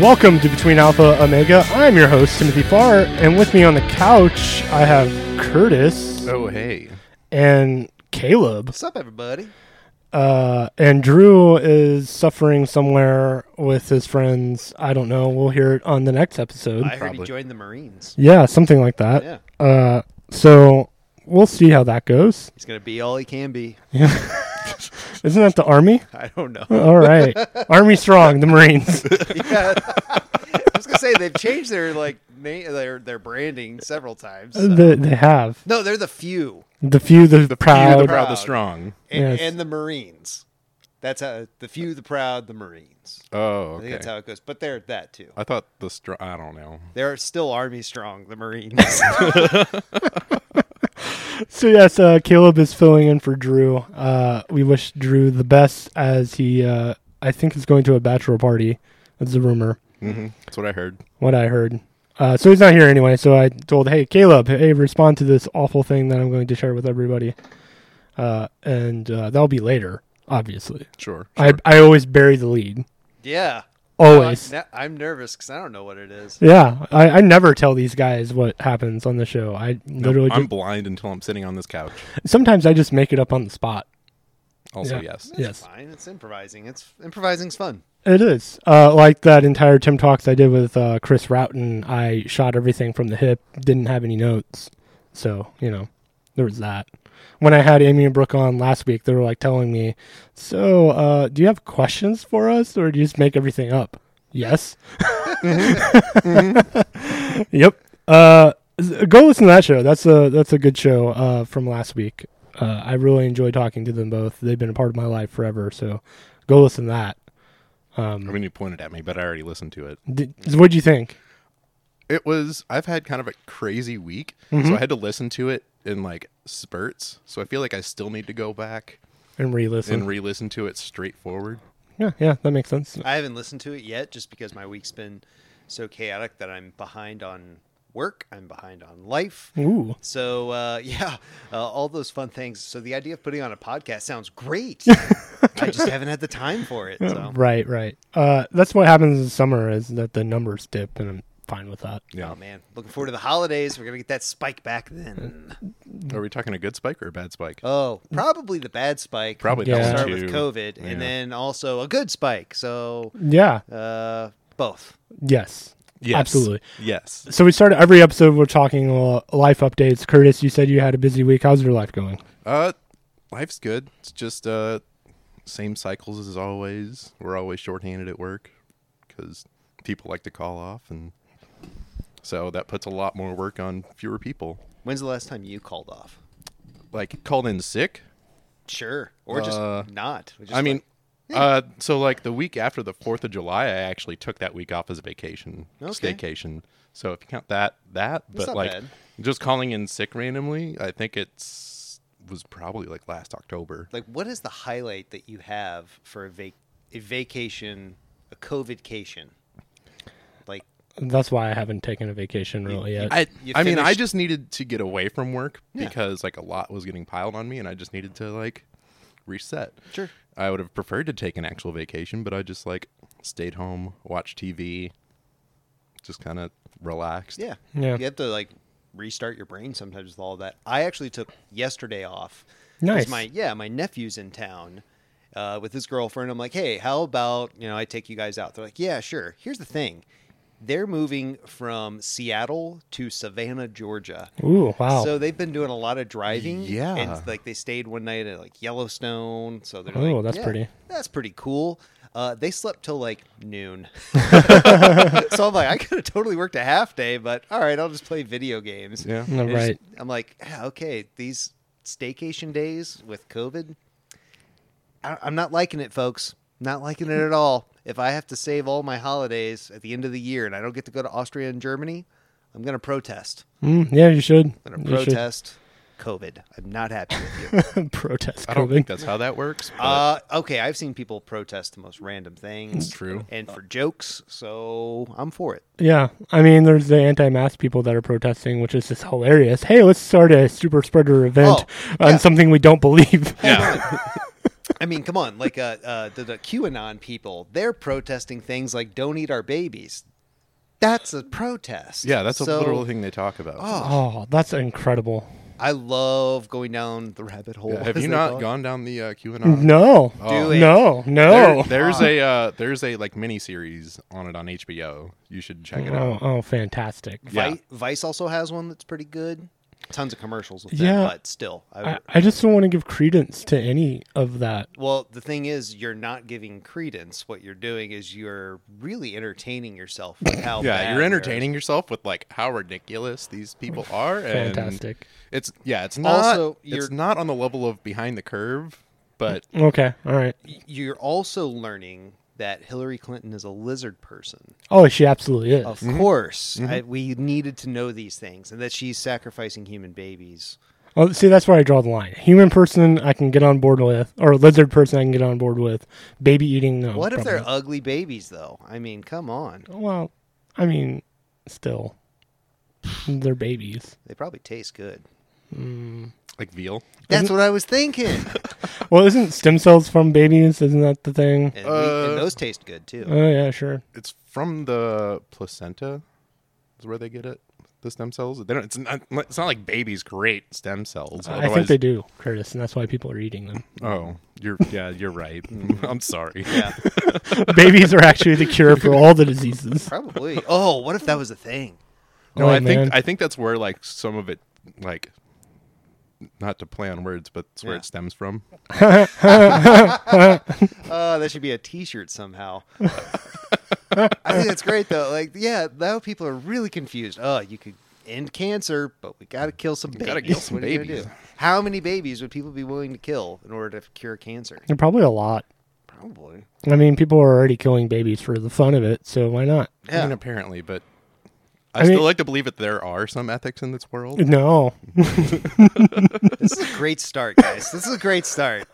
welcome to Between Alpha Omega. I'm your host Timothy Farr, and with me on the couch I have Curtis Oh hey, and Caleb, What's up, everybody? uh, and Drew is suffering somewhere with his friends. I don't know. We'll hear it on the next episode. I heard Probably. he joined the Marines. yeah, something like that. Yeah, Uh, so we'll see how that goes. he's gonna be all he can be. Isn't that the army? I don't know. All right, army strong, the Marines. yeah, I was gonna say they've changed their like na- their their branding several times. so. The, they have no, they're the few the few, the, you proud. the proud, the Proud. strong. and, Yes. and the Marines. That's how the few, the proud, the Marines. Oh, I think okay. Uh. that's how it goes. But they're that too. I thought the strong. I don't know. They're still Army strong, the Marines. So yes, uh, Caleb is filling in for Drew. Uh, we wish Drew the best as he, uh, I think, is going to a bachelor party. That's the rumor, hmm That's what I heard. what I heard. Uh, so he's not here anyway. So I told, hey Caleb, hey, respond to this awful thing that I'm going to share with everybody, uh, and uh, that'll be later. Obviously, Sure. I sure. Oh, I always bury the lead. yeah. Always. Now- I'm nervous because I don't know what it is. Yeah, I, I never tell these guys what happens on the show. I No, literally I'm just, blind until I'm sitting on this couch. sometimes I just make it up on the spot. Also, Yeah. yes. Yes. Fine, it's improvising. It's improvising's fun. It is. Uh, like that entire Tim Talks I did with uh, Chris Routon, I shot everything from the hip, didn't have any notes. So, you know, there was that. When I had Amy and Brooke on last week, they were like telling me, So, uh, do you have questions for us or do you just make everything up? Yes. yep. Uh, s- go listen to that show. That's a that's a good show uh, from last week. Uh, I really enjoy talking to them both. They've been a part of my life forever. So go listen to that. Um, I mean, you pointed at me, but I already listened to it. Did, what'd you think? It was. I've had kind of a crazy week, Mm-hmm. so I had to listen to it in like spurts. So I feel like I still need to go back And re-listen. and re-listen to it straightforward. yeah, yeah, that makes sense. I haven't listened to it yet just because my week's been so chaotic that I'm behind on work. I'm behind on life. Ooh, So, uh, yeah, uh, all those fun things. So, the idea of putting on a podcast sounds great. I just haven't had the time for it. So, right, right. Uh, that's what happens in summer is that the numbers dip, and I'm fine with that. Yeah. oh man, looking forward to the holidays. We're going to get that spike back then. Are we talking a good spike or a bad spike? Oh, probably the bad spike. Probably Yeah. that one start too. with COVID Yeah. and then also a good spike. So, Yeah. uh, both. Yes. Yes. Absolutely. Yes. So we started every episode. We're talking uh, life updates. Curtis, you said you had a busy week. How's your life going? Uh, life's good. It's just uh, same cycles as always. We're always shorthanded at work because people like to call off, and so that puts a lot more work on fewer people. When's the last time you called off? Like called in sick. Sure. Or just Uh, not. Just I mean, like, uh, so like the week after the Fourth of July, I actually took that week off as a vacation, Okay. staycation. So if you count that, that, That's but not like bad. just calling in sick randomly, I think it's was probably like last October. like what is the highlight that you have for a, vac- a vacation a covidcation like That's why I haven't taken a vacation really yet. I, you I mean, I finished- just needed to get away from work Yeah. because like a lot was getting piled on me, and I just needed to like reset. Sure. I would have preferred to take an actual vacation, but I just like stayed home, watched TV, just kind of relaxed. yeah Yeah. you have to like restart your brain sometimes with all that i actually took yesterday off 'cause Nice. my yeah my nephew's in town uh, with his girlfriend i'm like hey how about you know i take you guys out they're like yeah sure here's the thing they're moving from seattle to savannah georgia Ooh, wow. So they've been doing a lot of driving. Oh. Yeah. And like they stayed one night at like Yellowstone. So they're Oh, like, that's "Yeah, pretty." That's pretty cool. Uh, they slept till like noon. so I'm like, I could have totally worked a half day, but all right, I'll just play video games. Yeah. No, And it's- right. I'm like, "Ah, okay, these staycation days with COVID, I, I'm not liking it, folks. Not liking it at all. If I have to save all my holidays at the end of the year and I don't get to go to Austria and Germany, I'm going to protest. Mm, yeah, you should. I'm gonna You should. protest COVID. I'm not happy with you. protest. I don't COVID. think that's how that works. But uh, okay, I've seen people protest the most random things. true. And for jokes, so I'm for it. Yeah, I mean, there's the anti-mask people that are protesting, which is just hilarious. Hey, let's start a super spreader event Oh, on yeah. something we don't believe. yeah. I mean, come on, like uh, uh, the, the QAnon people, they're protesting things like "Don't eat our babies." That's a protest. Yeah, that's a So, literal thing they talk about. Oh, Oh, that's incredible. I love going down the rabbit hole. Yeah, have as you they call not it. gone down the uh, QAnon? No. Oh. Do it. No. No. There- there's a uh, there's a like mini series on it on HBO. You should check it Oh, out. oh, fantastic. Yeah. Vi- Vice also has one that's pretty good. Tons of commercials with Yeah. them, but still, I, I, I just don't want to give credence to any of that. well, the thing is, you're not giving credence. What you're doing is you're really entertaining yourself with how bad Yeah, you're they're- entertaining yourself with like how ridiculous these people are. and Fantastic. It's yeah, it's not Also, it's you're- not on the level of behind the curve, but Okay. All right. You're also learning that Hillary Clinton is a lizard person. Oh, she absolutely is. Of Mm-hmm. course, I, we needed to know these things, and that she's sacrificing human babies. Well, Oh, see, that's where I draw the line. Human person, I can get on board with, or lizard person, I can get on board with. Baby eating, no. What if they're probably ugly babies, though? I mean, come on, not. Well, I mean, still, they're babies. they probably taste good. like veal. That's what I was thinking, Well, isn't stem cells from babies? Isn't that the thing? and, we, Uh, and those taste good too. Oh yeah, sure. It's from the placenta. Is where they get it. The stem cells. They don't. It's not. It's not like babies create stem cells. I think they do, Curtis, and that's why people are eating them. Oh, you're yeah, you're right. I'm sorry. yeah, babies are actually the cure for all the diseases. probably. Oh, what if that was a thing? No, Oh, I man. think I think that's where like some of it like not to play on words, but it's where Yeah. it stems from. Oh, that should be a T-shirt somehow. I think that's great though. Like, yeah, now people are really confused. Oh, you could end cancer, but we gotta kill some babies. gotta kill some what are you gonna babies. do? How many babies would people be willing to kill in order to cure cancer? And probably a lot. Probably. I mean, people are already killing babies for the fun of it, so why not? I Yeah. mean, apparently, but I, I mean- still like to believe that there are some ethics in this world. No, This is a great start, guys. This is a great start.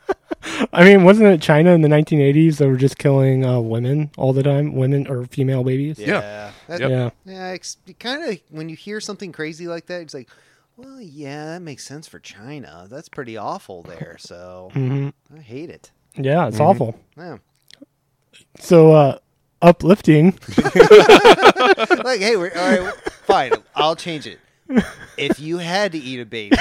I mean, wasn't it China in the 1980s that were just killing uh, women all the time, women or female babies? Yeah. Yeah. That- Yep. Yeah. Yeah, it's kind of when you hear something crazy like that, it's like, well, yeah, that makes sense for China. That's pretty awful there. So I hate it. Yeah, it's awful. Yeah. So uh, uplifting. like, hey, we're all right. we're- Fine, I'll change it. If you had to eat a baby,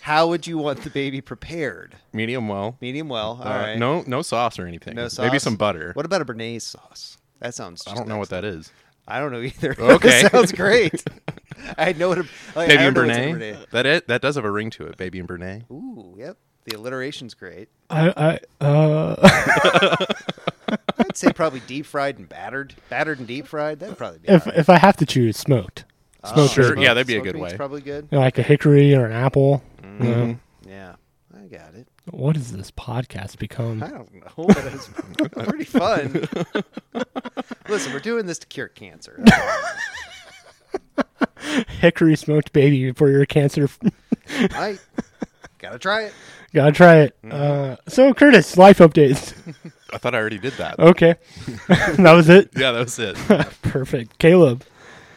how would you want the baby prepared? Medium well. Medium well. All Uh, right. No, no sauce or anything. no sauce. Maybe some butter. What about a béarnaise sauce? That sounds. I don't know what that is. I don't know either. Okay. that sounds great. I know what a like, Baby I and remember what's in a Bernay. That it, that does have a ring to it. Baby and Bernay. Ooh, yep. The alliteration's great. I, I uh, I'd say probably deep fried and battered, battered and deep fried. That'd probably be. if all right. if I have to choose, smoked, Uh, smoked. Sure, baby. yeah, that'd be a smoked good meat's way. Probably good. You know, like a hickory or an apple. Mm-hmm. You know? Yeah, I got it. What has this podcast I become? don't know, but it's pretty fun. Listen, we're doing this to cure cancer. Hickory smoked baby for your cancer. I gotta try it. Gotta try it. Mm-hmm. Uh, so Curtis, life updates. I thought I already did that. Okay, that was it. Yeah, that was it. Perfect, Caleb.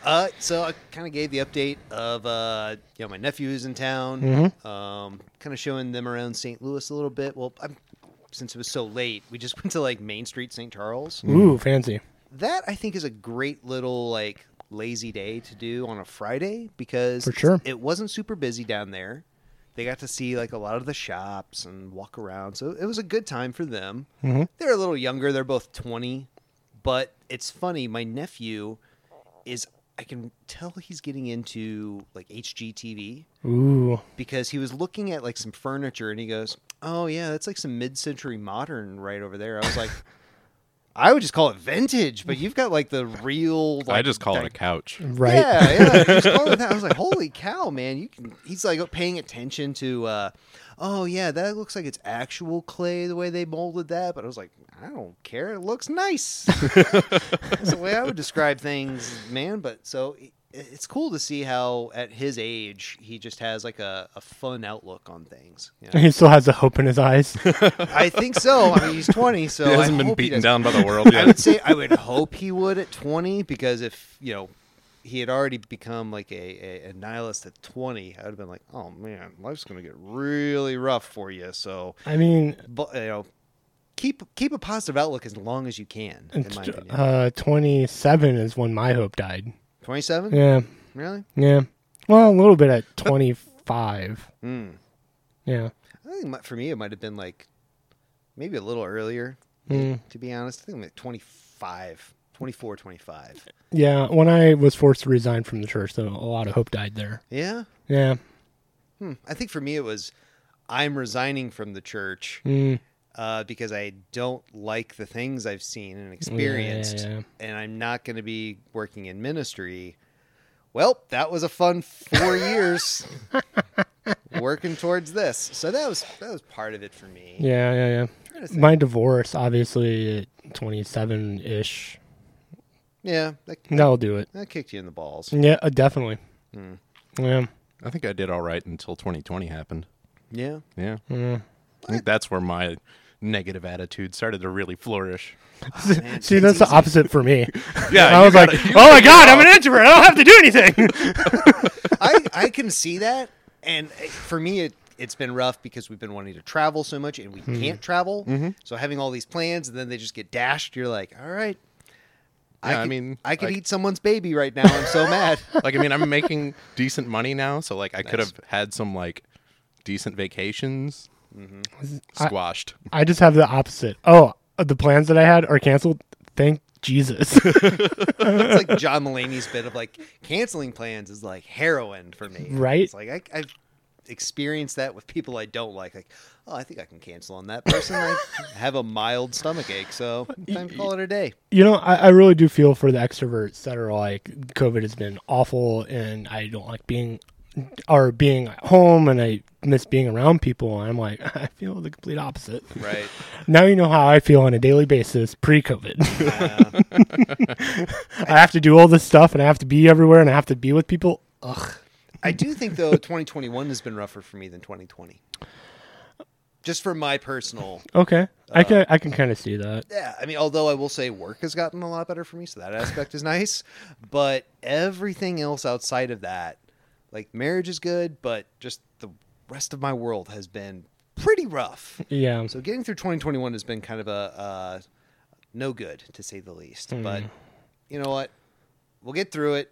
Uh, so I kind of gave the update of uh, you know, my nephew is in town. Um, kind of showing them around St. Louis a little bit. Well, I'm, since it was so late, we just went to like Main Street, St. Charles. Ooh, fancy. that I think is a great little like lazy day to do on a Friday because For sure. it wasn't super busy down there. They got to see like a lot of the shops and walk around, so it was a good time for them. Mm-hmm. They're a little younger; they're both twenty, but it's funny. My nephew is. I can tell he's getting into like HGTV Ooh, because he was looking at like some furniture and he goes, "Oh yeah, that's like some mid-century modern right over there." I was like, "I would just call it vintage, but you've got like the real." Like, I just call it a like- couch. right. Yeah, yeah. Just call it that. I was like, "Holy cow, man!" You can. He's like paying attention to. uh Oh yeah, that looks like it's actual clay the way they molded that. But I was like, I don't care. It looks nice. That's the way I would describe things, man. But so i- it's cool to see how at his age he just has like a, a fun outlook on things. you know? He still has the hope in his eyes. I think so. I mean, he's twenty, so He I hasn't been hope he beaten doesn't. down by the world I yet. would say I would hope he would at twenty because if you know he had already become like a, a, a nihilist at 20, I would have been like, oh man, life's going to get really rough for you. So, I mean, but, you know, keep keep a positive outlook as long as you can, in my opinion. uh, 27 is when my hope died. 27? Yeah, Really? yeah. Well, a little bit at 25. Mm. Yeah. I think my- for me, it might have been like maybe a little earlier, Mm. to be honest. I think I'm at 25, 24, 25. Yeah, when I was forced to resign from the church, though, a lot of hope died there. Yeah. Yeah. Hmm. I think for me, it was I'm resigning from the church Mm. uh, because I don't like the things I've seen and experienced, yeah. and I'm not going to be working in ministry. Well, that was a fun four years working towards this. So that was that was part of it for me. Yeah, yeah, yeah. Trying to think. My divorce, obviously, at 27 ish. yeah, that, That'll do it. that kicked you in the balls. Yeah, uh, definitely. Mm. Yeah. I think I did all right until 2020 happened. Yeah. Yeah. Mm. I think that's where my negative attitude started to really flourish. man, See, that's the easy. opposite for me. Yeah. I was like, oh my God, I'm an introvert. I don't have to do anything. I, I can see that. And uh, for me, it, it's been rough because we've been wanting to travel so much and we Mm-hmm. can't travel. So having all these plans and then they just get dashed, you're like, all right. Yeah, I could- mean, I could like- eat someone's baby right now. I'm so mad. like I mean, I'm making decent money now, so like I could Nice. have had some like decent vacations I- squashed. I just have the opposite. Oh, the plans that I had are canceled. Thank Jesus. It's like John Mulaney's bit of like canceling plans is like heroin for me. Right. It's like I, I've experienced that with people I don't like. Like, oh, I think I can cancel on that person. I have a mild stomach ache, so time to call it a day. you know, I, I really do feel for the extroverts that are like, COVID has been awful and I don't like being or being at home and I miss being around people. And I'm like, I feel the complete opposite. Right. Now you know how I feel on a daily basis pre COVID. Yeah. I have to do all this stuff and I have to be everywhere and I have to be with people. Ugh. I do think though 2021 has been rougher for me than 2020. Just for my personal, Okay. Uh, I can I can kind of see that. yeah. I mean, although I will say work has gotten a lot better for me, so that aspect is nice. But everything else outside of that, like marriage is good, but just the rest of my world has been pretty rough. Yeah. So getting through 2021 has been kind of a uh, no good to say the least. Hmm. But you know what? We'll get through it.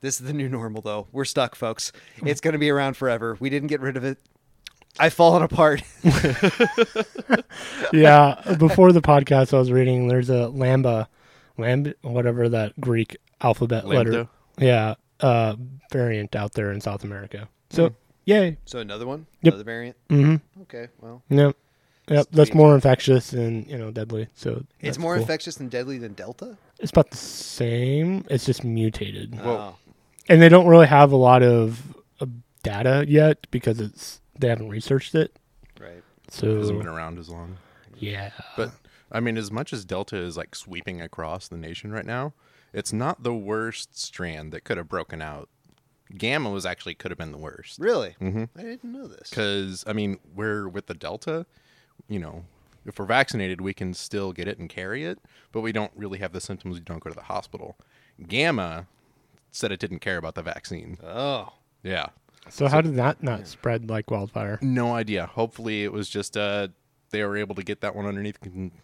This is the new normal, though. We're stuck, folks. Hmm. It's going to be around forever. We didn't get rid of it. I've fallen apart. Hmm. yeah. Before the podcast, I was reading. There's a lambda, lamb, whatever that Greek alphabet letter. Lambda? Yeah, uh, variant out there in South America. So yay. so another one, Yep. another variant. Mm-hmm. Okay, well, Yep. Yep. Just That's leave more infectious and you know deadly. So it's that's more cool. infectious and deadly than Delta. It's about the same. It's just mutated, Oh. Well- and they don't really have a lot of uh, data yet because it's they haven't researched it. right. It hasn't been So around as long. yeah. But I mean, as much as Delta is like sweeping across the nation right now, it's not the worst strand that could have broken out. Gamma was actually could have been the worst. Really? Mm-hmm. I didn't know this. Because I mean, we're with the Delta, you know, if we're vaccinated, we can still get it and carry it, but we don't really have the symptoms. We don't go to the hospital. Gamma said it didn't care about the vaccine. Oh, Yeah, So how did that not spread like wildfire? no idea. Hopefully, it was just uh, they were able to get that one underneath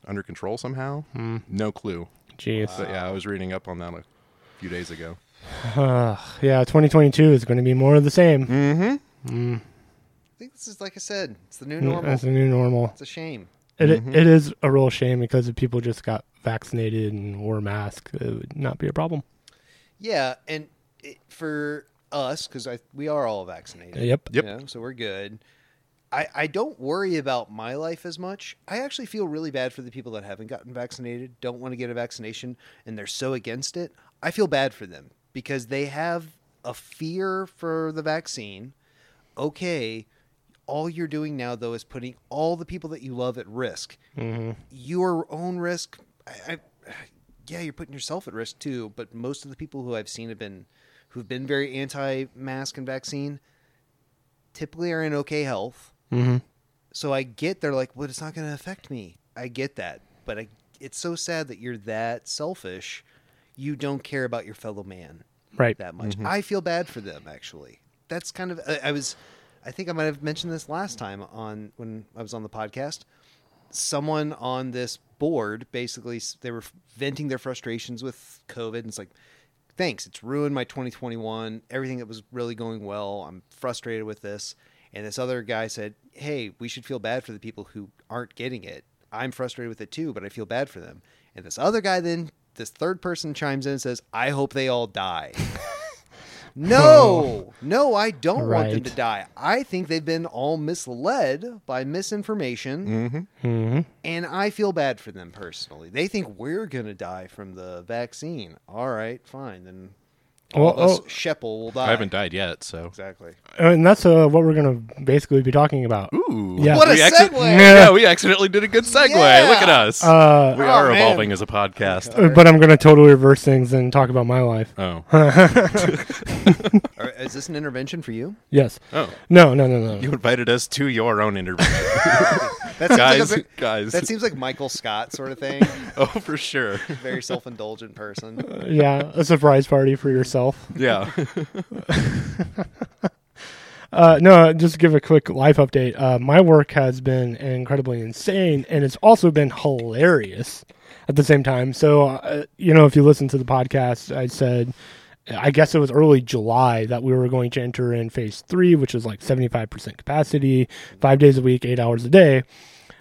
under control somehow. No clue. Jeez. But yeah, I was reading up on that a few days ago. Ugh, yeah, 2022 is going to be more of the same. I think this is like I said. It's the new normal. That's the new normal. It's a shame. It, it is a real shame because if people just got vaccinated and wore masks, it would not be a problem. Yeah, and it, for us, because we are all vaccinated. Yep. Yep. you know, so we're good. I, I don't worry about my life as much. I actually feel really bad for the people that haven't gotten vaccinated, don't want to get a vaccination, and they're so against it. I feel bad for them because they have a fear for the vaccine. Okay, all you're doing now, though, is putting all the people that you love at risk. Your own risk. I, I, yeah, you're putting yourself at risk too, but most of the people who I've seen have been. Who've been very anti-mask and vaccine, typically are in okay health. Mm-hmm. So I get they're like, well, it's not going to affect me. I get that. But I, it's so sad that you're that selfish. You don't care about your fellow man. Right. that much. I feel bad for them actually. That's kind of I, I was I think I might have mentioned this last time on when I was on the podcast. Someone on this board basically s- they were venting their frustrations with COVID and it's like thanks, it's ruined my 2021, everything that was really going well. I'm frustrated with this. And this other guy said, "Hey, we should feel bad for the people who aren't getting it. I'm frustrated with it too, but I feel bad for them." And this other guy then this third person chimes in and says, "I hope they all die." No, no, I don't want them Right. to die. I think they've been all misled by misinformation, hmm and I feel bad for them personally. They think we're gonna die from the vaccine. All right, fine, then all Well, of us oh. sheple will die. I haven't died yet, so. exactly. And that's uh, what we're going to basically be talking about. Ooh. Yeah. What a we segue! yeah, we accidentally did a good segue. Yeah. Look at us. Uh, we are Oh, man. evolving as a podcast. uh, but I'm going to totally reverse things and talk about my life. Oh. All right, is this an intervention for you? Yes. Oh. No, no, no, no. You invited us to your own interview. That seems guys, like a- guys. that seems like Michael Scott sort of thing. oh, for sure. Very self-indulgent person. yeah, a surprise party for yourself. Yeah. Uh, no, just to give a quick life update. Uh, my work has been incredibly insane, and it's also been hilarious at the same time. So, uh, you know, if you listen to the podcast, I said, I guess it was early July that we were going to enter in phase three, which is like 75% capacity, five days a week, eight hours a day.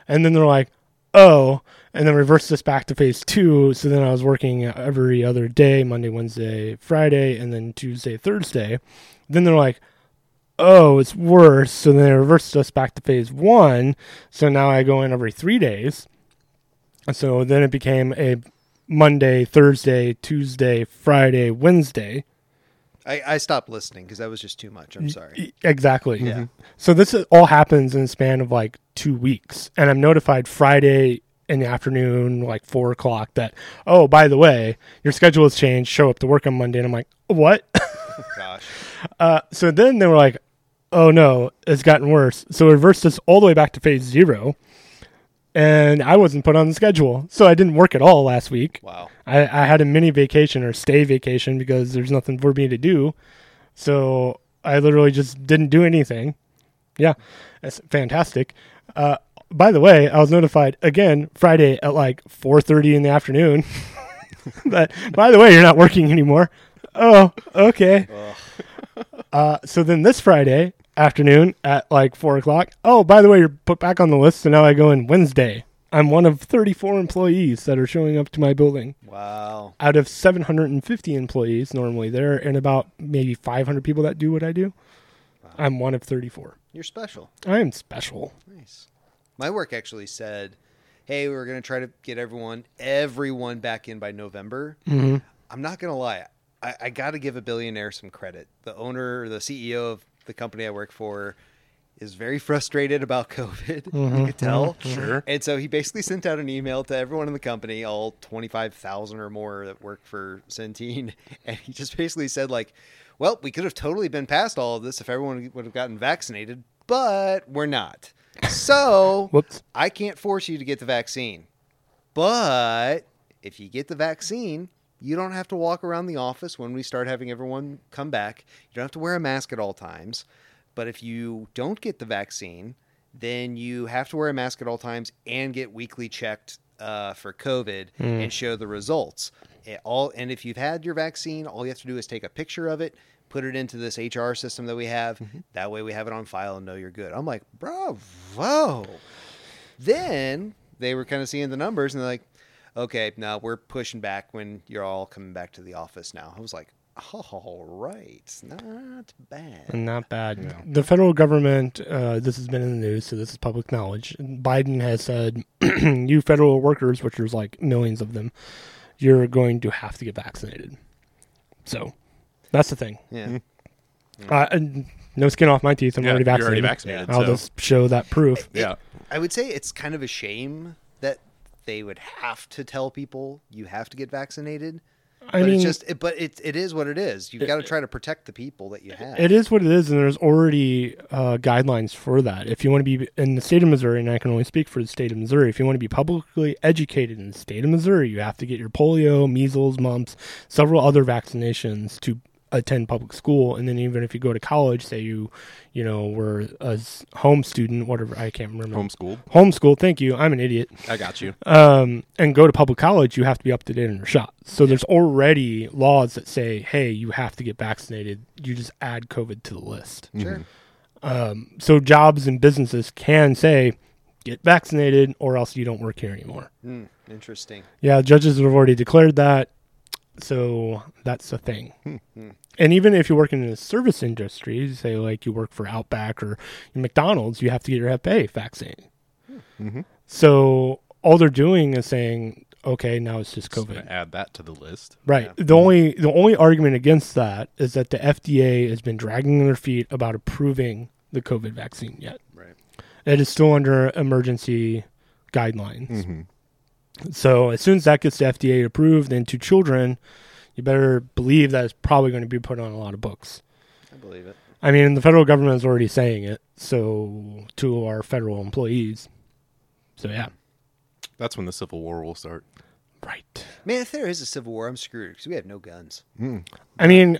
And then they're like, oh, and then reverse this back to phase two. So then I was working every other day Monday, Wednesday, Friday, and then Tuesday, Thursday. Then they're like, oh, it's worse. So then they reversed us back to phase one. So now I go in every three days. And So then it became a Monday, Thursday, Tuesday, Friday, Wednesday. I, I stopped listening because that was just too much. I'm sorry. E- Exactly. Yeah. So this is- all happens in the span of like two weeks, and I'm notified Friday in the afternoon, like four o'clock, that oh, by the way, your schedule has changed. Show up to work on Monday, and I'm like, what? Gosh. Uh, so then they were like, oh no, it's gotten worse. So it reversed us all the way back to phase zero. And I wasn't put on the schedule. So I didn't work at all last week. Wow. I, I had a mini vacation or stay vacation because there's nothing for me to do. So I literally just didn't do anything. Yeah, that's fantastic. Uh, by the way, I was notified again Friday at like 4:30 in the afternoon. that by the way, you're not working anymore. Oh, okay. Uh, so then this Friday afternoon at like four o'clock. Oh, by the way, you're put back on the list. So now I go in Wednesday. I'm one of 34 employees that are showing up to my building Wow. out of 750 employees normally there and about maybe 500 people that do what i do i'm one of 34 You're special. i am special Nice. My work actually said, "Hey, we're going to try to get everyone everyone back in by November." I'm not going to lie. I, I got to give a billionaire some credit. The owner, the CEO of the company I work for, is very frustrated about COVID. you could tell. Sure. And so he basically sent out an email to everyone in the company, all 25,000 or more that work for Centene. And he just basically said, like, well, we could have totally been past all of this if everyone would have gotten vaccinated, but we're not. So Whoops. I can't force you to get the vaccine. But if you get the vaccine, you don't have to walk around the office when we start having everyone come back. You don't have to wear a mask at all times. But if you don't get the vaccine, then you have to wear a mask at all times and get weekly checked uh, for COVID and show the results. It all and if you've had your vaccine, all you have to do is take a picture of it, put it into this HR system that we have. That way, we have it on file and know you're good. I'm like, bravo then they were kind of seeing the numbers and they're like, okay, now we're pushing back when you're all coming back to the office now. I was like, all right, not bad. not bad the federal government uh, this has been in the news so this is public knowledge biden has said you federal workers which there's like millions of them you're going to have to get vaccinated so that's the thing Yeah. uh, and no skin off my teeth i'm Yeah, already you're vaccinated already vaccinated, i'll so- just show that proof Yeah. I would say it's kind of a shame that they would have to tell people you have to get vaccinated. I but mean- it's just, it, but it, it is what it is. You've got to try to protect the people that you have. It is what it is, and there's already uh, guidelines for that. If you want to be in the state of Missouri, and I can only speak for the state of Missouri, if you want to be publicly educated in the state of Missouri, you have to get your polio, measles, mumps, several other vaccinations to attend public school and then even if you go to college say you you know were a s- home student whatever i can't remember Homeschooled. homeschool thank you i'm an idiot I got you. um, and go to public college, you have to be up to date on your shots. So there's already laws that say, hey, you have to get vaccinated. You just add COVID to the list. Sure. So jobs and businesses can say, get vaccinated or else you don't work here anymore. Hmm, interesting. Yeah, judges have already declared that. So that's the thing. And even if you work in the service industry, say like you work for Outback or McDonald's, you have to get your FA vaccine. So all they're doing is saying, okay, now it's just Just COVID. gonna add that to the list. Right. The only the only argument against that is that the FDA has been dragging their feet about approving the COVID vaccine yet. Right. It is still under emergency guidelines. So as soon as that gets the FDA approved, then to children, you better believe that it's probably going to be put on a lot of books. I believe it. I mean, the federal government is already saying it. So to our federal employees. So yeah. That's when the Civil War will start. Right. Man, if there is a civil war, I'm screwed because we have no guns. I mean,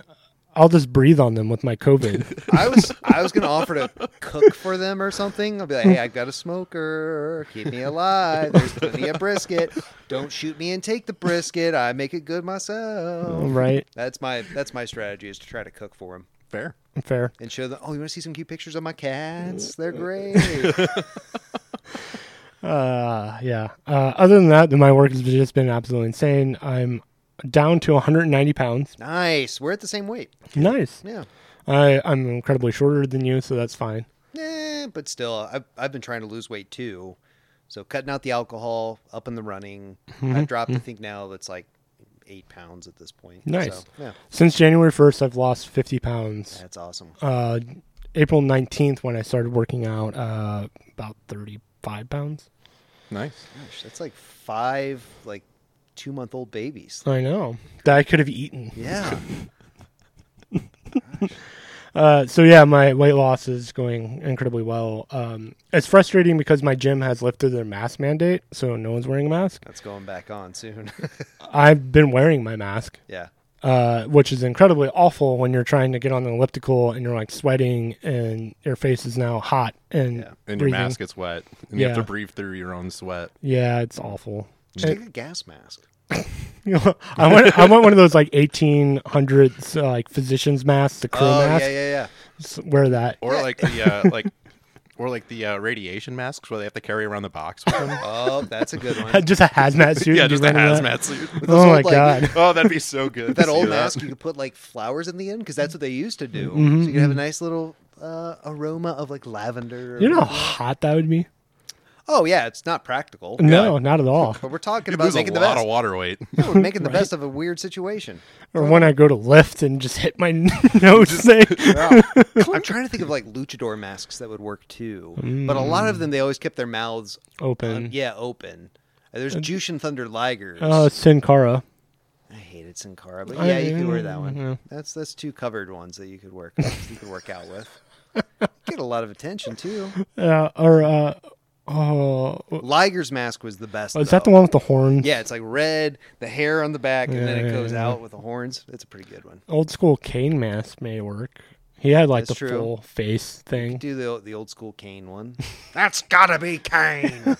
I'll just breathe on them with my COVID. I was I was gonna offer to cook for them or something. I'll be like, hey, I've got a smoker. Keep me alive. There's plenty of brisket. Don't shoot me and take the brisket. I make it good myself. right. That's my that's my strategy is to try to cook for them Fair. Fair. and show them. Oh, you want to see some cute pictures of my cats? They're great. Uh, yeah. Uh, other than that, my work has just been absolutely insane. I'm down to 190 pounds. nice. We're at the same weight. Nice. Yeah. I, I'm incredibly shorter than you, so that's fine. Eh, but still, I've I've been trying to lose weight too. So cutting out the alcohol, up in the running. I've dropped. I think now it's like eight pounds at this point. Nice. So, yeah, Since January 1st, I've lost 50 pounds. that's awesome. Uh, April 19th, when I started working out, uh, about 35 pounds. Nice. Gosh, that's like five like two month old babies. I know that I could have eaten. Yeah. Uh, so yeah, my weight loss is going incredibly well. Um, it's frustrating because my gym has lifted their mask mandate, so no one's wearing a mask. That's going back on soon. I've been wearing my mask. yeah. uh, which is incredibly awful when you're trying to get on an elliptical and you're like sweating and your face is now hot and Yeah. And breathing. your mask gets wet. And you have to Yeah. breathe through your own sweat. Yeah, it's awful. Just take a gas mask. You know, I want I want one of those like 1800s uh, like physician's masks, the crew Oh mask. yeah, yeah, yeah. Just wear that. Or like the uh, like or like the uh, radiation masks where they have to carry around the box with them. Oh, that's a good one. Just a hazmat suit. yeah, and be just a running that. hazmat suit. those Oh my old, like, god. Oh, that'd be so good. That to see old mask, you could put like flowers in the end because that's what they used to do. Mm-hmm, So you could have a nice little uh, aroma of like lavender. or- You know how hot that would be? Oh yeah, it's not practical. No, not at all. But we're talking You'd about lose a making the lot best. of water weight. Yeah, we're making the best of a weird situation. Or when I go to lift and just hit my nose thing. Wow. I'm trying to think of like luchador masks that would work too, but a lot of them they always kept their mouths Open. yeah open. Uh, There's Jushin Thunder Ligers. Oh, Sin Cara. I hated Sin Cara, but I- yeah, you could wear that one. yeah. That's that's two covered ones that you could work you could work out with. Get a lot of attention too. Uh, or uh, oh, Liger's mask was the best. is that the though. one with the horns? Yeah, it's like red, the hair on the back, and then Yeah, it yeah, goes yeah. out with the horns. It's a pretty good one. old school cane mask may work. He had like That's the true. full face thing. Do the the old school cane one. That's gotta be cane.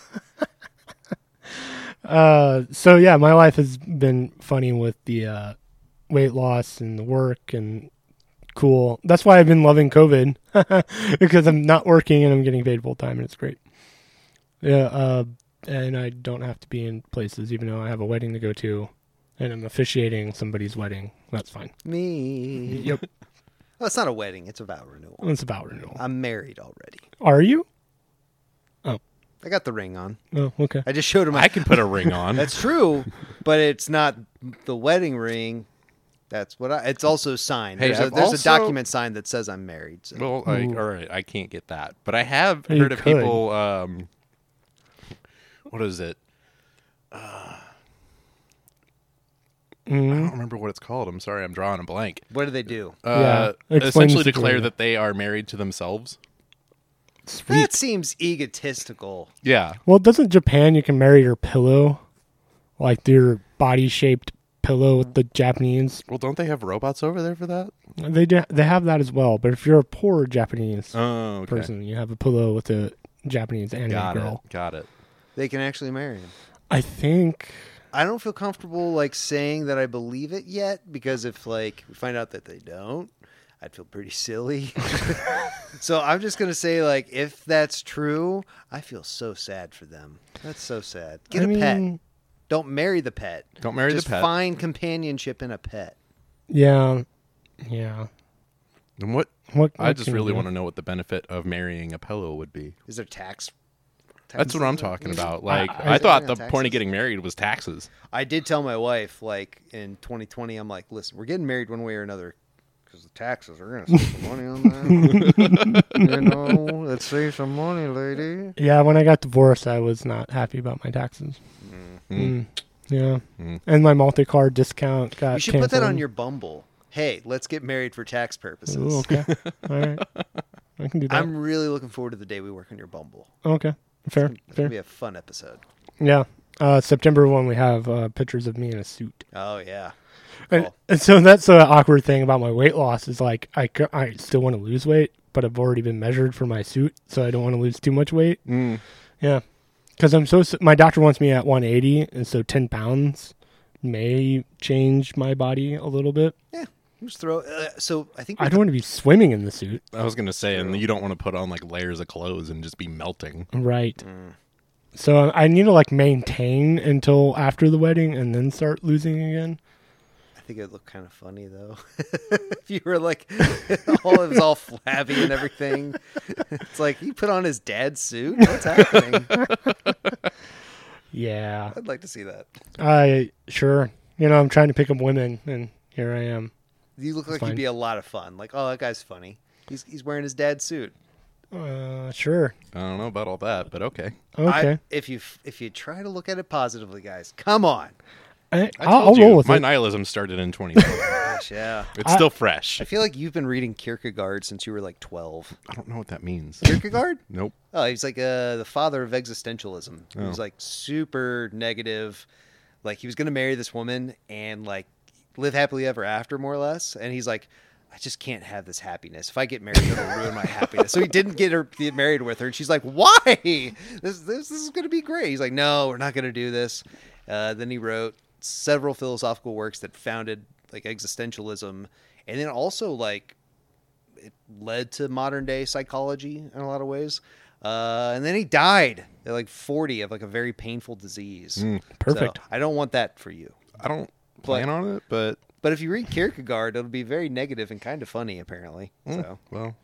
Uh, so yeah, my life has been funny with the uh, weight loss and the work and cool. That's why I've been loving COVID because I'm not working and I'm getting paid full time and it's great. Yeah, uh, and I don't have to be in places even though I have a wedding to go to and I'm officiating somebody's wedding. That's fine. Me. Yep, Well, it's not a wedding. It's a vow renewal. it's about renewal. I'm married already. Are you? I got the ring on. Oh, okay. I just showed him. I can put a ring on. That's true, but it's not the wedding ring. That's what I. It's also signed. Hey, there's a, I've there's a also- document signed that says I'm married. So. Well, like, all right, I can't get that, but I have Oh, You heard of could. people. Um, what is it? Mm-hmm. Uh, I don't remember what it's called. I'm sorry, I'm drawing a blank. what do they do? Uh, Yeah, explain the essentially, declare situation. that they are married to themselves. Sweet. That seems egotistical. Yeah, Well, doesn't Japan you can marry your pillow, like your body shaped pillow with the Japanese? Well, don't they have robots over there for that? They do, they have that as well, but if you're a poor Japanese Oh, okay. person, you have a pillow with a Japanese anime Got it. girl. Got it. They can actually marry him. I think I don't feel comfortable like saying that I believe it yet because if like we find out that they don't, I'd feel pretty silly. so I'm just gonna say like if that's true, I feel so sad for them. That's so sad. Get I a pet. mean, Don't marry the pet. Don't marry just the pet. find companionship in a pet. Yeah, yeah. And what? What? I just really want to know what the benefit of marrying a pillow would be. Is there tax? tax That's what I'm talking about. Like, I- I, thought the Taxes. point of getting married was taxes. I did tell my wife like in 2020, I'm like, listen, we're getting married one way or another because the taxes are gonna save some money on that. you know, let's save some money, lady. to. Yeah, when I got divorced, I was not happy about my taxes. Mm. Yeah, Mm-hmm. Mm. and my multi card discount got. You should put that canceled. on your Bumble. Hey, let's get married for tax purposes. Ooh, okay. All right. I can do that. I'm really looking forward to the day we work on your Bumble. okay. Fair. It's gonna Fair. be a fun episode. Yeah. Uh, September one, we have uh, pictures of me in a suit. Oh yeah, And, Cool. and so that's the awkward thing about my weight loss is like I, c- I still want to lose weight, but I've already been measured for my suit, so I don't want to lose too much weight. Mm. Yeah, because I'm so. s- My doctor wants me at 180, and so 10 pounds may change my body a little bit. yeah. Just throw. Uh, so I think we I don't want to be swimming in the suit, I was gonna say, and you don't want to put on like layers of clothes and just be melting. right? So I need to like maintain until after the wedding, and then start losing again. I think it'd look kind of funny though. if you were like, all it was all flabby and everything. It's like he put on his dad's suit. What's happening? Yeah, I'd like to see that. I sure. You know, I'm trying to pick up women, and here I am. You look like fine. you'd be a lot of fun. Like, oh, that guy's funny. He's he's wearing his dad's suit. Uh, sure. I don't know about all that, but okay. Okay. I, if you if you try to look at it positively, guys, come on. I, I will I'll told you, roll with my it. nihilism started in 2012. Gosh, yeah. it's I- still fresh. I feel like you've been reading Kierkegaard since you were like twelve. I don't know what that means. Kierkegaard? Nope. Oh, he's like uh, the father of existentialism. He was Oh. like super negative. Like he was going to marry this woman and like live happily ever after, more or less. And he's like, I just can't have this happiness. If I get married, it'll ruin my happiness. So he didn't get her get married with her. And she's like, Why? This this, this is going to be great. He's like, No, we're not going to do this. Uh, then he wrote several philosophical works that founded like existentialism, and then also like it led to modern day psychology in a lot of ways. Uh, and then he died at like 40 of like a very painful disease. perfect. So I don't want that for you. I don't plan on it, but But if you read Kierkegaard, it'll be very negative and kind of funny, apparently. So well,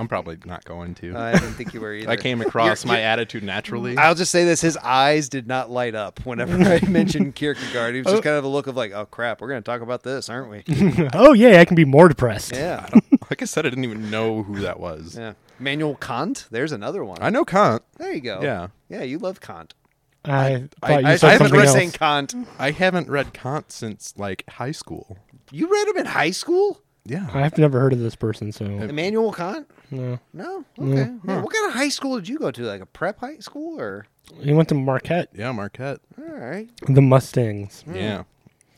I'm probably not going to. I didn't think you were either. I came across You're- my you're- Mm. attitude naturally. I'll just say this: his eyes did not light up whenever I mentioned Kierkegaard. He was just kind of a look of like, "Oh crap, we're going to talk about this, aren't we?" oh yeah, I can be more depressed. yeah, like I said, I didn't even know who that was. yeah. Manuel Kant. There's another one. I know Kant. there you go. Yeah. yeah. You love Kant. I thought you I- said I haven't something remember else. saying Kant. I haven't read Kant since like high school. You read him in high school? Yeah. I've never heard of this person, so Immanuel Kant? no. No. Okay. Yeah, What kind of high school did you go to? Like a prep high school or? He went to Marquette, Yeah, Marquette. All right. the Mustangs. Mm. Yeah.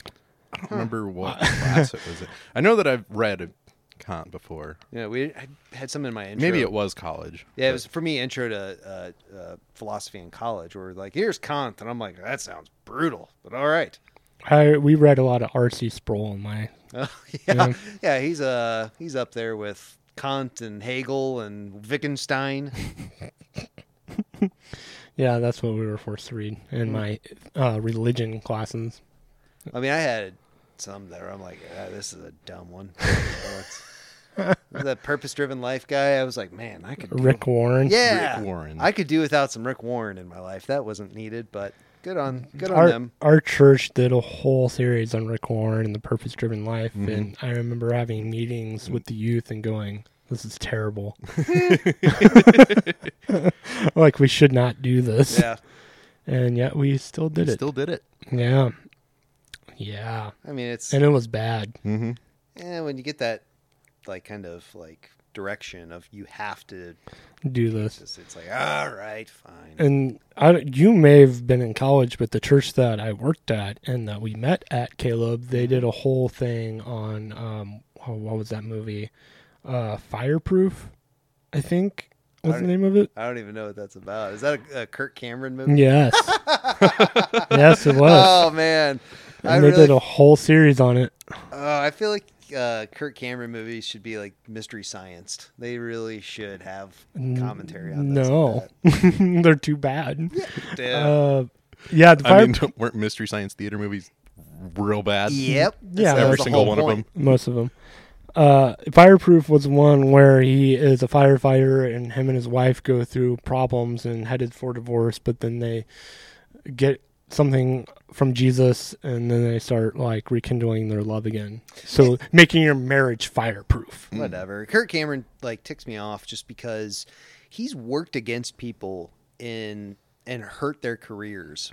I don't remember what class it was. in. I know that I've read Kant before. Yeah, we I had some in my intro. Maybe it was college. Yeah, it was for me intro to uh, uh, philosophy in college. Where we're like, here's Kant, and I'm like, that sounds brutal, but all right. I we read a lot of R.C. Sproul in my. Oh, yeah. yeah, He's uh he's up there with Kant and Hegel and Wittgenstein. Yeah, that's what we were forced to read Mm. in my uh, religion classes. I mean, I had some that were- I'm like, ah, this is a dumb one. What's- the purpose-driven life guy. I was like, man, I could Rick Warren. Yeah, Rick Warren. I could do without some Rick Warren in my life. That wasn't needed, but good on good on Our, them. our church did a whole series on Rick Warren and the purpose driven life. Mm-hmm. And I remember having meetings with the youth and going, This is terrible. like, we should not do this. Yeah, And yet we still did it. Still did it. yeah. Yeah. I mean it's And it was bad. Mm-hmm. eh, when you get that like kind of like direction of you have to. do this. Just, it's like all right, fine. And I, you may have been in college, but the church that I worked at and that we met at, Caleb, they Mm-hmm. did a whole thing on um, oh, what was that movie? Uh, Fireproof, I think was the Fire- name of it. I don't even know what that's about. Is that a, a Kirk Cameron movie? Yes, yes, it was. Oh man, I and they really. did a whole series on it. oh, I feel like uh, Kirk Cameron movies should be like mystery scienced. They really should have commentary on this. No, they're too bad. Damn. Uh, yeah, the fire. I mean, weren't mystery science theater movies real bad? yep. yeah, That every was the single whole one of point. them. most of them. Uh, Fireproof was one where he is a firefighter, and him and his wife go through problems and headed for divorce. But then they get something from Jesus, and then they start like rekindling their love again. So making your marriage fireproof. Whatever. Kirk Cameron like ticks me off just because he's worked against people in and hurt their careers,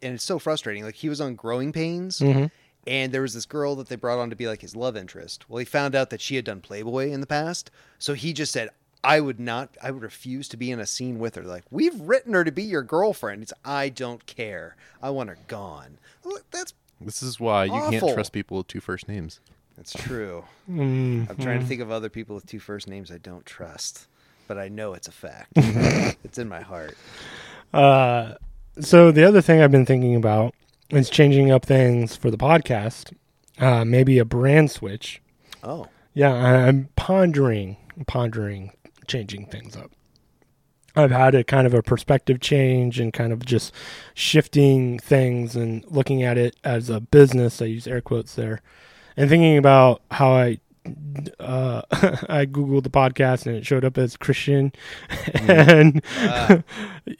and it's so frustrating. Like he was on Growing Pains. And there was this girl that they brought on to be like his love interest. Well, he found out that she had done Playboy in the past, so he just said, "I would not, I would refuse to be in a scene with her." Like we've written her to be your girlfriend. It's I don't care. I want her gone. Look, that's This is why you Awful. can't trust people with two first names. that's true. Mm. I'm trying to think of other people with two first names I don't trust, but I know it's a fact. it's in my heart. Uh, so the other thing I've been thinking about is changing up things for the podcast. Uh, maybe a brand switch. Oh, Yeah, I- I'm pondering, pondering changing things up. I've had a kind of a perspective change and kind of just shifting things and looking at it as a business. I use air quotes there, and thinking about how I. Uh, I googled the podcast and it showed up as Christian, and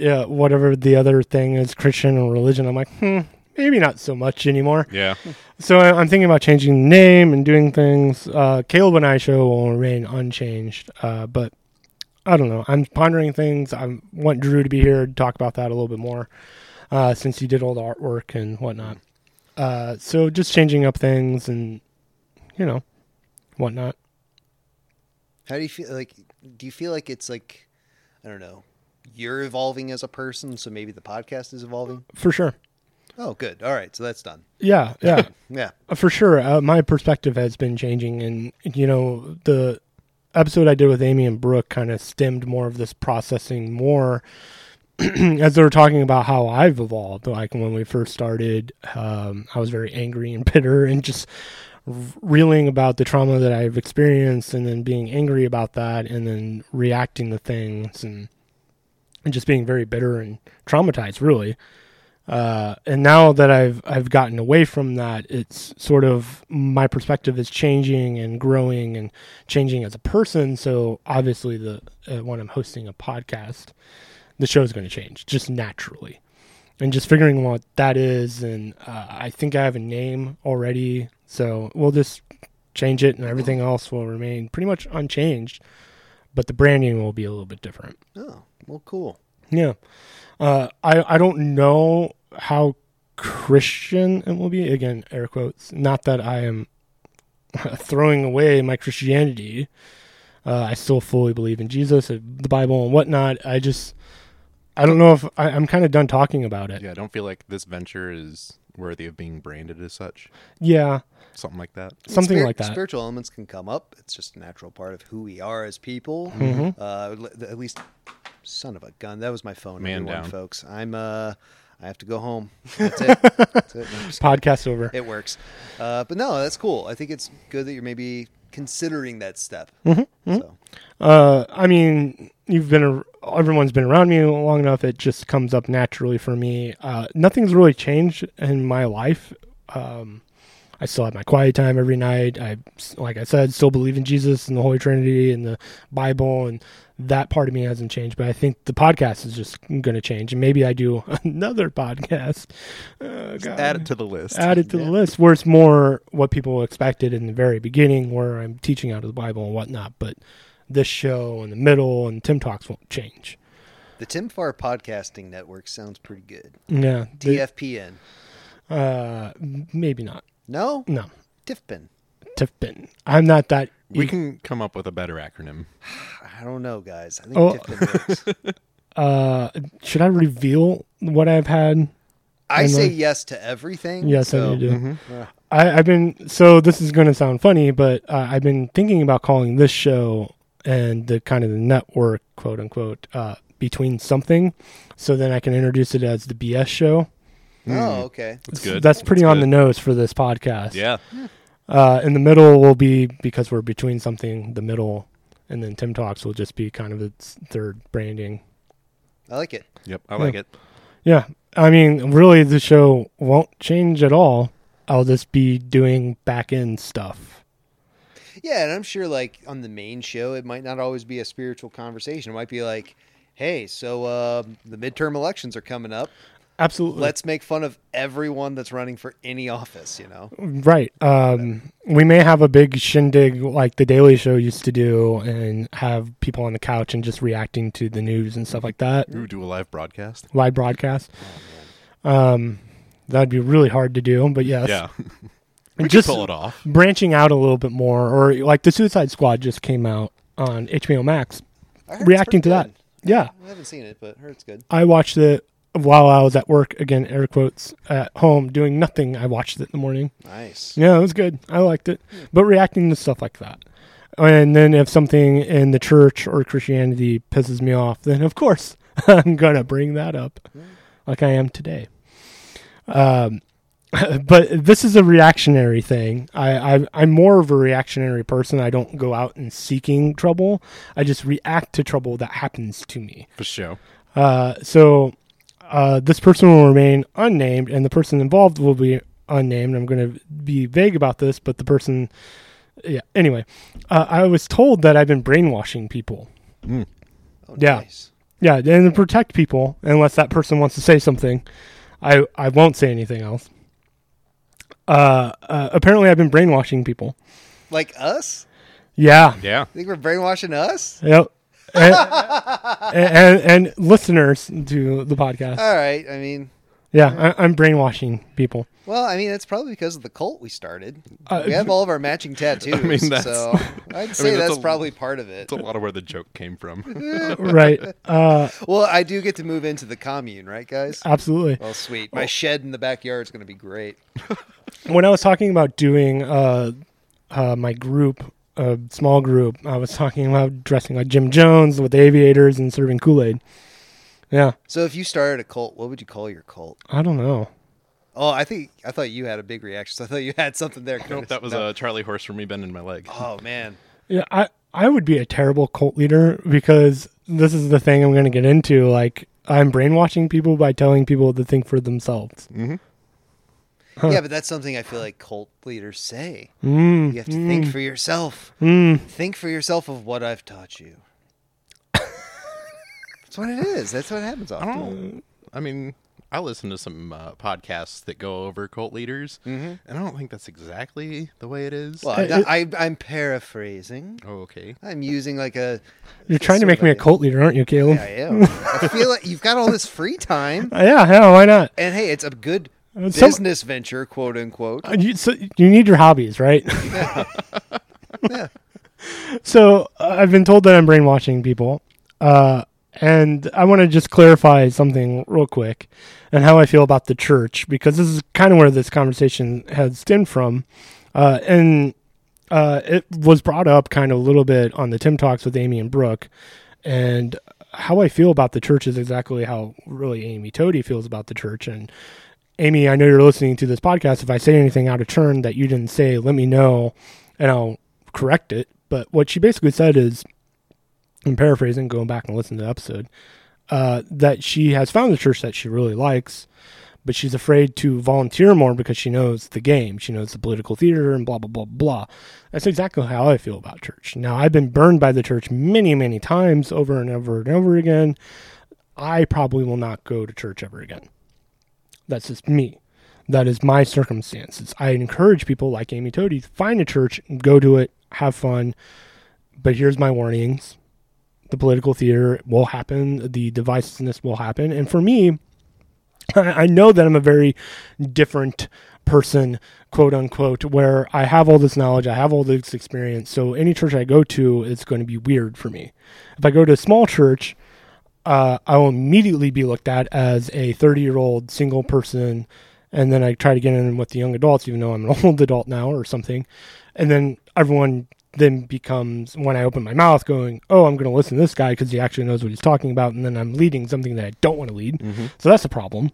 yeah, whatever the other thing is, Christian or religion. I'm like, hmm, maybe not so much anymore. Yeah. So I- I'm thinking about changing the name and doing things. Uh, Caleb and I show will remain unchanged, uh, but I don't know. I'm pondering things. I want Drew to be here to talk about that a little bit more, uh, since he did all the artwork and whatnot. Uh, so just changing up things and you know whatnot. how do you feel? Like, do you feel like it's like, I don't know, you're evolving as a person, so maybe the podcast is evolving? For sure. Oh, good. All right. So that's done. Yeah, yeah. Yeah. for sure uh, my perspective has been changing and you know the episode i did with amy and brooke kind of stemmed more of this processing more as they were talking about how i've evolved like when we first started um, i was very angry and bitter and just reeling about the trauma that i've experienced and then being angry about that and then reacting to things and and just being very bitter and traumatized really uh, and now that I've I've gotten away from that, it's sort of my perspective is changing and growing and changing as a person. So obviously, the uh, when I'm hosting a podcast, the show's going to change just naturally, and just figuring what that is. And uh, I think I have a name already, so we'll just change it, and everything else will remain pretty much unchanged, but the branding will be a little bit different. Oh, well, cool. Yeah. Uh, I, I don't know how Christian it will be. Again, air quotes. Not that I am throwing away my Christianity. Uh, I still fully believe in Jesus, and the Bible, and whatnot. I just, I don't know if I, I'm kind of done talking about it. Yeah. Yeah, I don't feel like this venture is worthy of being branded as such. Something like that. something Spirit- like that. Spiritual elements can come up. It's just a natural part of who we are as people. Mm-hmm. Uh, l- at least, son of a gun, that was my phone. Man everyone, down. folks. I'm. Uh, I have to go home. That's it. That's it. I'm just- Podcast over. it works. Uh, but no, that's cool. I think it's good that you're maybe considering that step. Mm-hmm. So, Uh, I mean, you've been a, everyone's been around me long enough. It just comes up naturally for me. Uh, nothing's really changed in my life. Um, I still have my quiet time every night. I, like I said, still believe in Jesus and the Holy Trinity and the Bible, and that part of me hasn't changed. But I think the podcast is just going to change, and maybe I do another podcast. Oh, God Add it to the list. added to the list where it's more what people expected in the very beginning where i'm teaching out of the bible and whatnot but this show in the middle and tim talks won't change the Tim Farr Podcasting Network sounds pretty good. yeah the- TFPN. uh, maybe not No? no TIFPN. tiffin i'm not that We can come up with a better acronym. I don't know, guys. I think Oh. Tifton works. Uh, should I reveal what I've had? I And, say like- yes to everything. Yes, so I need to. Yeah. I, I've been so this is going to sound funny, but uh, I've been thinking about calling this show and the kind of the network, quote unquote, uh, between something, so then I can introduce it as the BS show. Oh, okay. That's So good. That's pretty on good. the nose for this podcast. Yeah. Uh, in the middle will be because we're between something, the middle, and then Tim Talks will just be kind of its third branding. I like it. Yep. I like it. Yeah. I mean, really, the show won't change at all. I'll just be doing back end stuff. Yeah, and I'm sure like on the main show, it might not always be a spiritual conversation. It might be like, hey, so uh, the midterm elections are coming up. Absolutely. Let's make fun of everyone that's running for any office, you know? Right. Um, we may have a big shindig like The Daily Show used to do and have people on the couch and just reacting to the news and stuff like that, Ooh, do a live broadcast. live broadcast. Um, that'd be really hard to do, but yes. Yeah. And we just- just pull it off. Branching out a little bit more, or like The Suicide Squad just came out on HBO Max. I heard it's Reacting to pretty that. good. Yeah. I haven't seen it, but I heard it's good. I watched it while I was at work, again, air quotes, at home doing nothing. I watched it in the morning. Nice. Yeah, it was good. I liked it. But reacting to stuff like that. And then if something in the church or Christianity pisses me off, then of course I'm going to bring that up like I am today. Um, but this is a reactionary thing. I, I, I'm more of a reactionary person. I don't go out and seeking trouble. I just react to trouble that happens to me. For sure. Uh, so uh, this person will remain unnamed, and the person involved will be unnamed. I'm going to be vague about this, but the person, yeah. Anyway, uh, I was told that I've been brainwashing people. Oh, Yeah. nice. Yeah, and to protect people, unless that person wants to say something, I I won't say anything else. Uh, uh, apparently, I've been brainwashing people. Like us? Yeah. Yeah. You think we're brainwashing us? Yep. And, and, and listeners to the podcast. All right. I mean, Yeah, I, I'm brainwashing people. well, I mean, that's probably because of the cult we started. Uh, we have all of our matching tattoos. I mean, that's- so I'd say that's that's, a- probably part of it. That's a lot of where the joke came from. right. Uh, Well, I do get to move into the commune, right, guys? absolutely. Well, sweet. My shed in the backyard is going to be great. When I was talking about doing uh, uh, my group, a small group, I was talking about dressing like Jim Jones with aviators and serving Kool Aid. Yeah, So, if you started a cult, what would you call your cult? I don't know. Oh, I think I thought you had a big reaction. So I thought you had something there. nope, Curtis. that was No. a Charlie horse for me bending my leg. Oh man, Yeah, I I would be a terrible cult leader because this is the thing I'm going to get into. Like, I'm brainwashing people by telling people to think for themselves. yeah, but that's something I feel like cult leaders say. Mm. You have to think for yourself. Mm. Think for yourself of what I've taught you. that's what it is. That's what happens I often. don't. I mean, I listen to some uh, podcasts that go over cult leaders, and I don't think that's exactly the way it is. Well, It- I, I, I'm paraphrasing. Oh, okay. I'm using like a. You're trying to make me a cult leader, aren't you, Caleb? I am. I feel like you've got all this free time, Uh, yeah, yeah, why not? and hey, it's a good Uh, some- business venture, quote unquote. Uh, you, so you need your hobbies, right? So uh, I've been told that I'm brainwashing people, uh, and I want to just clarify something real quick and how I feel about the church because this is kind of where this conversation has stemmed from, uh, and uh, it was brought up kind of a little bit on the Tim Talks with Amy and Brooke, and how I feel about the church is exactly how really Amy Toady feels about the church and. Amy, I know you're listening to this podcast. If I say anything out of turn that you didn't say, let me know and I'll correct it. But what she basically said is, I'm paraphrasing, going back and listening to the episode, uh, that she has found the church that she really likes, but she's afraid to volunteer more because she knows the game. She knows the political theater and blah, blah, blah, blah. That's exactly how I feel about church. Now, I've been burned by the church many, many times over and over and over again. I probably will not go to church ever again. That's just me. That is my circumstances. I encourage people like Amy Toady to find a church, go to it, have fun. But here's my warnings the political theater will happen, the divisiveness will happen. And for me, I I know that I'm a very different person, quote unquote, where I have all this knowledge, I have all this experience. So any church I go to, it's going to be weird for me. If I go to a small church, uh, I will immediately be looked at as a 30 year old single person. And then I try to get in with the young adults, even though I'm an old adult now or something. And then everyone then becomes when I open my mouth going, oh, I'm going to listen to this guy because he actually knows what he's talking about. And then I'm leading something that I don't want to lead. So that's a problem.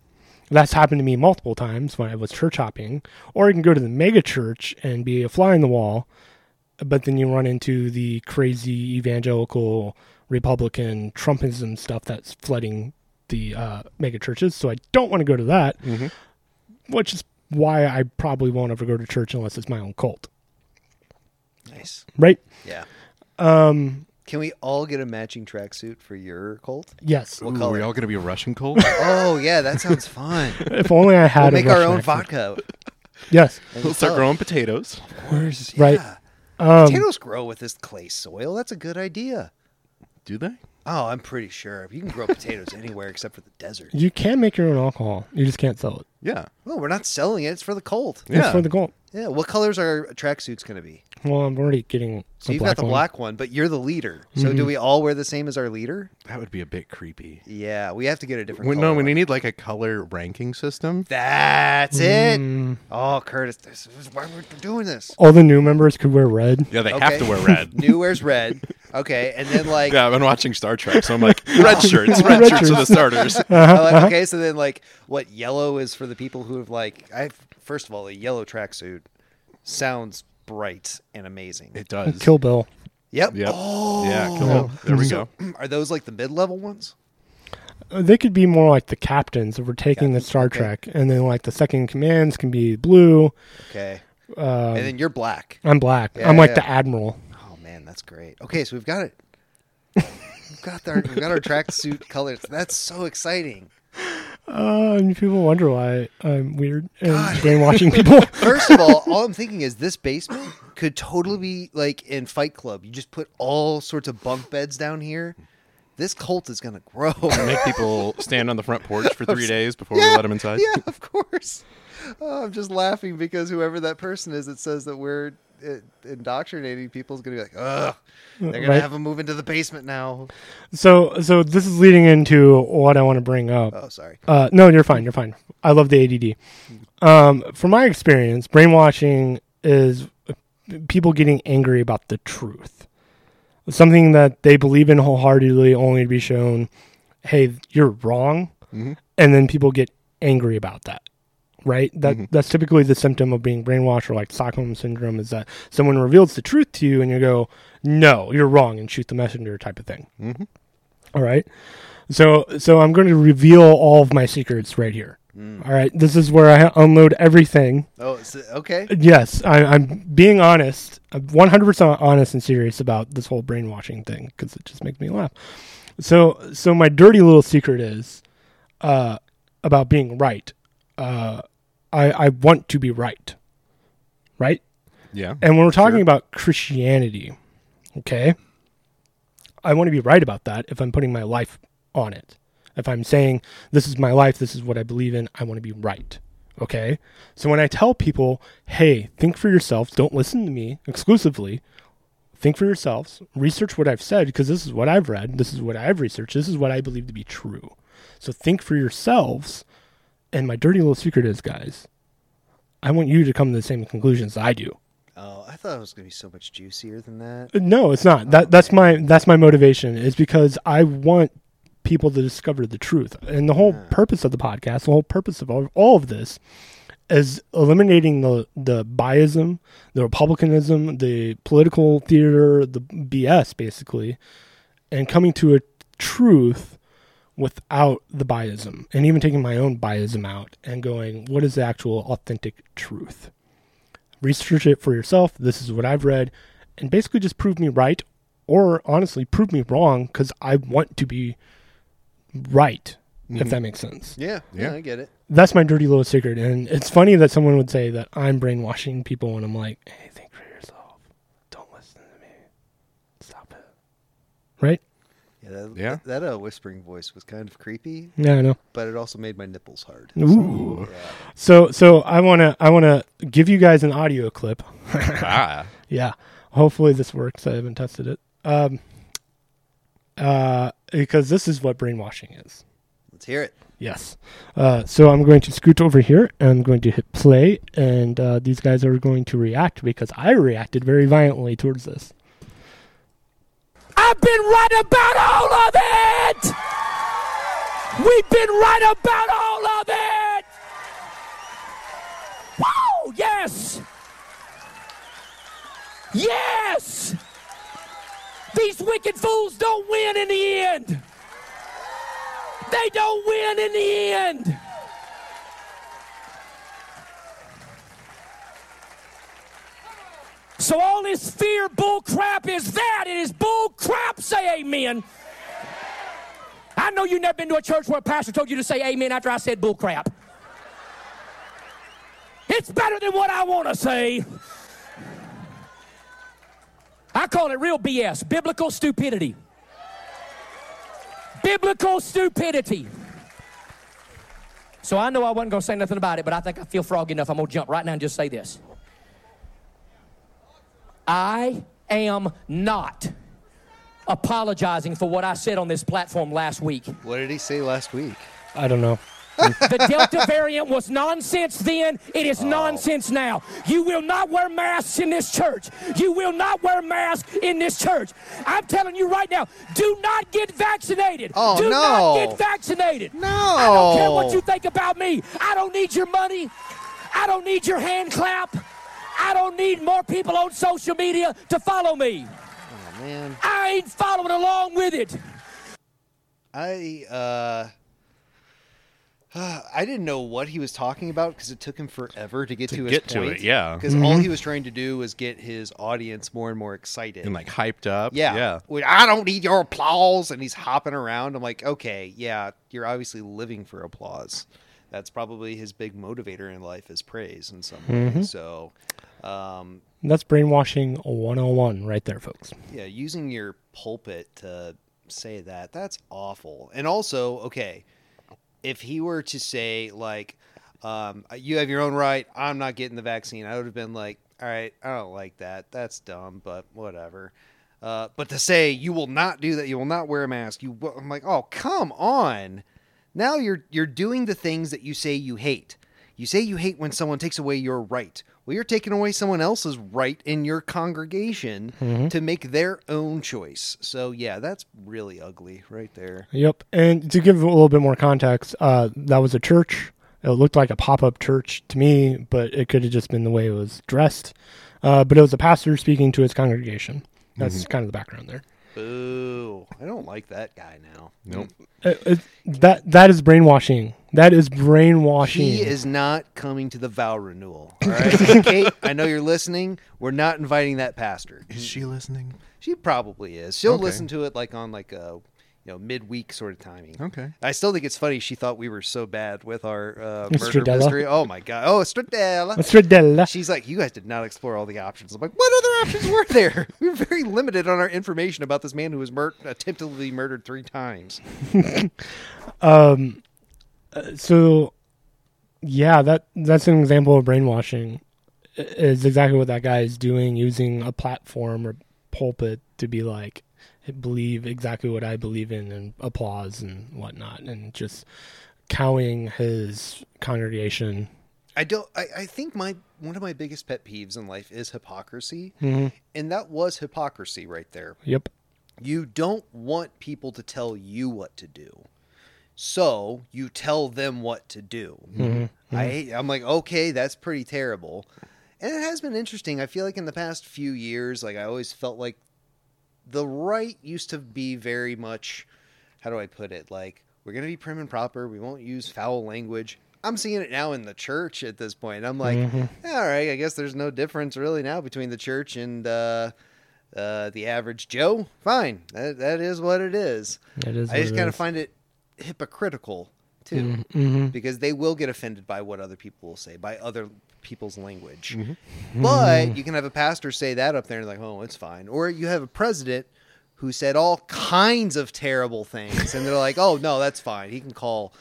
That's happened to me multiple times when I was church hopping. Or you can go to the mega church and be a fly in the wall, but then you run into the crazy evangelical Republican Trumpism stuff that's flooding the uh, mega churches. So I don't want to go to that, Mm-hmm. which is why I probably won't ever go to church unless it's my own cult, Nice. right? Yeah. Um, Can we all get a matching tracksuit for your cult? yes. What Ooh, are color? we all going to be Russian cult? Oh yeah, that sounds fun. If only I we'll had a make our Russian own accent. vodka. Yes. and we'll start sell it. growing potatoes. Where's Right. Um, yeah. Potatoes grow with this clay soil. That's a good idea. Do they? Oh, I'm pretty sure you can grow potatoes anywhere except for the desert. You can make your own alcohol. You just can't sell it. Yeah. Well, we're not selling it. It's for the cold. It's Yeah. for the gold. Yeah. What colors are tracksuits going to be? Well, I'm already getting So a you've black got the one. Mm-hmm. black one, but you're the leader. So do we all wear the same as our leader? That would be a bit creepy. Yeah, we have to get a different. We, color no, we one. need like a color ranking system. That's it. Mm. Oh, Curtis, this is why we're doing this. All the new members could wear red. Yeah, they Okay. have to wear red. New wears red. Okay, and then like yeah, I've been watching Star Trek, so I'm like, red shirts, red, Red shirts are the starters. Oh, Uh-huh. like, okay, so then like what yellow is for the people who have like I first of all a yellow tracksuit sounds bright and amazing. It does. Kill Bill. yep. Yep. Oh, Yeah, kill Bill. There we go. are those like the mid level ones? Uh, They could be more like the captains if we're taking the Star okay. Trek, and then like the second commands can be blue. Okay. Um, and then you're black. I'm black. Yeah, I'm like yeah. the admiral. Oh man, that's great. Okay, so we've got it. we've got our we've got our tracksuit colors. That's so exciting. Uh, and people wonder why I'm weird and brainwashing people. First of all, all I'm thinking is this basement could totally be like in Fight Club. You just put all sorts of bunk beds down here. This cult is gonna grow. Make people stand on the front porch for three days before we let them inside. Yeah, of course. Oh, I'm just laughing because whoever that person is that says that we're uh, indoctrinating people is going to be like, ugh, they're going Right. to have them move into the basement now. so, so this is leading into what I want to bring up. Oh, sorry. Uh, no, you're fine. You're fine. I love the ADD. Um, from my experience, brainwashing is people getting angry about the truth, something that they believe in wholeheartedly, only to be shown, "Hey, you're wrong," and then people get angry about that. Right? That that's typically the symptom of being brainwashed, or like Stockholm syndrome, is that someone reveals the truth to you, and you go, "No, you're wrong," and shoot the messenger type of thing. All right. So so I'm going to reveal all of my secrets right here. All right. This is where I unload everything. Oh, so, okay. Yes, I, I'm being honest. I'm 100% honest and serious about this whole brainwashing thing because it just makes me laugh. So so my dirty little secret is uh, about being right. Uh, I I want to be right. Right. Yeah. And when we're talking about Christianity, okay, I want to be right about that if I'm putting my life on it. If I'm saying, this is my life, this is what I believe in, I want to be right. Okay. So when I tell people, hey, think for yourselves, don't listen to me exclusively, think for yourselves, research what I've said, because this is what I've read, this is what I've researched, this is what I believe to be true. So think for yourselves. And my dirty little secret is, guys, I want you to come to the same conclusions I do. Oh, I thought it was going to be so much juicier than that. No, it's not. That that's my that's my motivation is because I want people to discover the truth. And the whole purpose of the podcast, the whole purpose of all, all of this is eliminating the the biasm, the republicanism, the political theater, the BS basically and coming to a truth without the biasm and even taking my own biasm out and going what is the actual authentic truth research it for yourself. This is what I've read, and basically just prove me right, or honestly, prove me wrong because I want to be right. If that makes sense, Yeah, yeah, Yeah. I get it. that's my dirty little secret. And it's funny that someone would say that I'm brainwashing people, and I'm like, hey, think for yourself. Don't listen to me. Stop it. Right? Yeah, that, Yeah. that uh, whispering voice was kind of creepy, Yeah, I know. but it also made my nipples hard. Ooh. Yeah. So so I wanna I wanna give you guys an audio clip. ah, Yeah. Hopefully this works. I haven't tested it. Um uh because this is what brainwashing is. Let's hear it. Yes. Uh, so I'm going to scoot over here. and I'm going to hit play, and uh, these guys are going to react because I reacted very violently towards this. I've been right about all of it. We've been right about all of it. Woo! Yes. Yes. These wicked fools don't win in the end. They don't win in the end. So all this fear bull crap is that. It is bull crap. Say amen. I know you've never been to a church where a pastor told you to say amen after I said bull crap. It's better than what I want to say. I call it real BS, biblical stupidity. Biblical stupidity. So I know I wasn't going to say nothing about it, but I think I feel froggy enough. I'm going to jump right now and just say this. I am not apologizing for what I said on this platform last week. What did he say last week? I don't know. The Delta variant was nonsense then, it Oh. is nonsense now. You will not wear masks in this church. You will not wear masks in this church. I'm telling you right now, do not get vaccinated. Oh, do no. not get vaccinated. I don't care what you think about me. I don't need your money. I don't need your hand clap. I don't need more people on social media to follow me. Oh man, I ain't following along with it. I uh, I didn't know what he was talking about because it took him forever to get to, get his to point. it, yeah. Mm-hmm. because all he was trying to do was get his audience more and more excited. and like hyped up. yeah, yeah. Well, I don't need your applause, and he's hopping around. I'm like, okay, yeah, you're obviously living for applause. That's probably his big motivator in life is praise in some way. So, um, That's brainwashing 101 right there, folks. Yeah, using your pulpit to say that, that's awful. And also, okay, if he were to say, like, um, you have your own right, I'm not getting the vaccine, I would have been like, all right, I don't like that. That's dumb, but whatever. Uh, but to say you will not do that, you will not wear a mask. You, will, I'm like, oh come on! Now you're you're doing the things that you say you hate. You say you hate when someone takes away your right. Well, you're taking away someone else's right in your congregation to make their own choice. So, yeah, that's really ugly right there. Yep. And to give a little bit more context, uh, that was a church. It looked like a pop up church to me, but it could have just been the way it was dressed. Uh, but it was a pastor speaking to his congregation. That's Mm-hmm. kind of the background there. Boo. I don't like that guy now. Nope. Uh, It, it- that that is brainwashing. That is brainwashing. He is not coming to the vow renewal. All right. Kate, I know you're listening. We're not inviting that pastor. Is she listening? She probably is. She'll Okay. listen to it like on like a you know midweek sort of timing. Okay. I still think it's funny. She thought we were so bad with our uh, murder Stradella. mystery. Oh my god. Oh, Stradella. Stradella. She's like, you guys did not explore all the options. I'm like, what other options were there? We were very limited on our information about this man who was mur- attemptedly murdered three times. so yeah that that's an example of brainwashing i- is exactly what that guy is doing using a platform or pulpit to be like believe exactly what i believe in and applause and whatnot and just cowing his congregation I don't. I, I think my one of my biggest pet peeves in life is hypocrisy, and that was hypocrisy right there. yep You don't want people to tell you what to do. So you tell them what to do. I hate, I'm like, okay, that's pretty terrible. And it has been interesting. I feel like in the past few years, like I always felt like the right used to be very much, how do I put it? Like, we're going to be prim and proper. We won't use foul language. I'm seeing it now in the church at this point. I'm like, Mm-hmm. all right, I guess there's no difference really now between the church and uh, uh, the average Joe. Fine. That, that is what it is. it is Mm-hmm. I just kind of find it hypocritical too, because they will get offended by what other people will say, by other people's language. Mm-hmm. But you can have a pastor say that up there and like, oh, it's fine. Or you have a president who said all kinds of terrible things, and they're like, "Oh no, that's fine. He can call."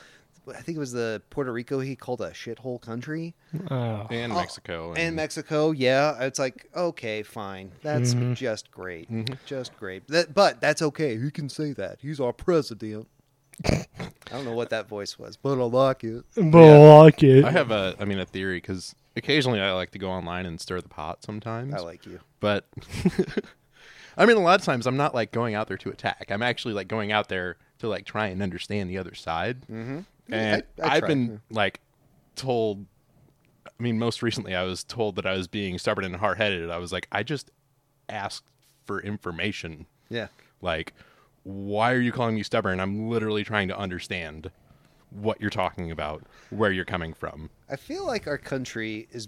I think it was the Puerto Rico. He called a shithole country Oh, and Mexico and, and Mexico. Yeah, it's like okay, fine. That's just great, just great. That, but that's okay. He can say that. He's our president. I don't know what that voice was, but I like it. block it. I have a, I mean, a theory because occasionally I like to go online and stir the pot sometimes. I like you. but I mean, a lot of times I'm not like going out there to attack. I'm actually like going out there to like try and understand the other side. Mm-hmm. And I- I have try, been yeah. like told. I mean, most recently I was told that I was being stubborn and hard headed. I was like, I just asked for information. Yeah. Like, why are you calling me stubborn? I'm literally trying to understand what you're talking about, where you're coming from. I feel like our country is,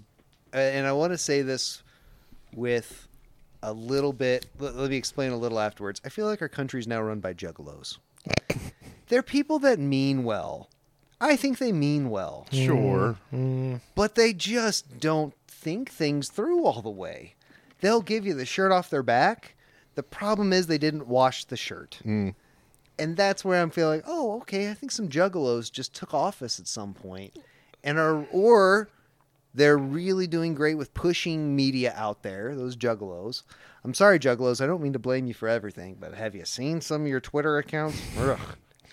uh, and I want to say this with a little bit. Let, let me explain a little afterwards. I feel like our country is now run by juggalos. They're people that mean well. I think they mean well, Sure. but they just don't think things through all the way. They'll give you the shirt off their back. The problem is they didn't wash the shirt. And that's where I'm feeling, oh, okay, I think some juggalos just took office at some point and are or they're really doing great with pushing media out there, those juggalos. I'm sorry, juggalos, I don't mean to blame you for everything, but have you seen some of your Twitter accounts? Ugh,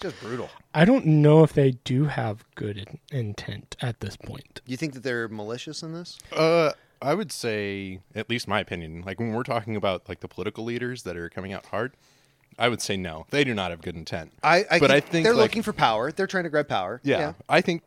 just brutal. I don't know if they do have good in- intent at this point. Do you think that they're malicious in this? Uh, I would say, at least my opinion, like when we're talking about like the political leaders that are coming out hard, I would say no, they do not have good intent. I, I but I think think they're like- looking for power. They're trying to grab power. yeah, I think,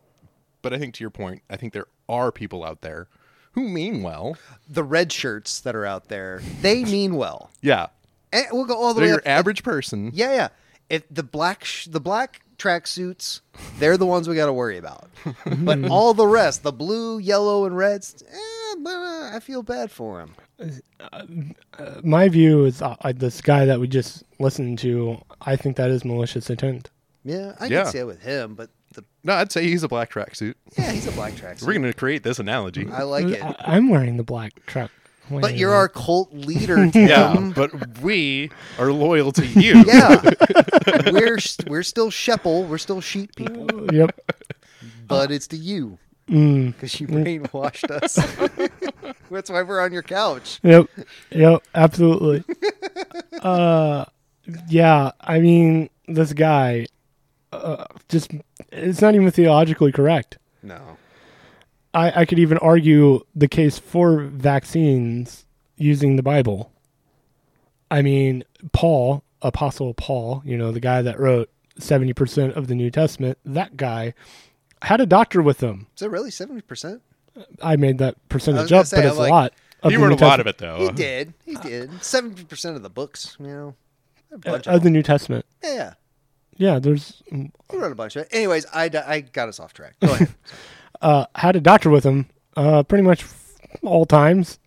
but I think to your point, I think there are people out there who mean well. the red shirts that are out there, they mean well. Yeah, And we'll go all the they're way your up. average person. yeah, yeah. If the black sh- the black tracksuits, they're the ones we got to worry about. but all the rest, the blue, yellow, and reds, eh, blah, blah, I feel bad for them. My view is uh, uh, this guy that we just listened to. I think that is malicious intent. Yeah, I Yeah. can say it with him, but the No, I'd say he's a black tracksuit. yeah, he's a black tracksuit. We're going to create this analogy. I like it. I- I'm wearing the black truck. But you're our cult leader, Tim. yeah, but we are loyal to you. Yeah. we're s- we're still sheeple, we're still sheep people, Yep. but it's to you because you brainwashed us. That's why we're on your couch. Yep. Yep. Absolutely. uh, yeah. I mean, this guy, uh, just it's not even theologically correct. No. I, I could even argue the case for vaccines using the Bible. I mean, Paul, Apostle Paul, you know, the guy that wrote 70% of the New Testament, that guy had a doctor with him. Is it really seventy percent? I made that percentage gonna up, say, but I'm it's like- a lot. of You the wrote New a lot Testament- of it though. He did. He did. Seventy percent of the books, you know. A bunch Of of the New Testament. them. Yeah. Yeah, there's He wrote a bunch of it. Anyways, I, di- I got us off track. Go ahead. uh, had a doctor with him uh, pretty much f- all times,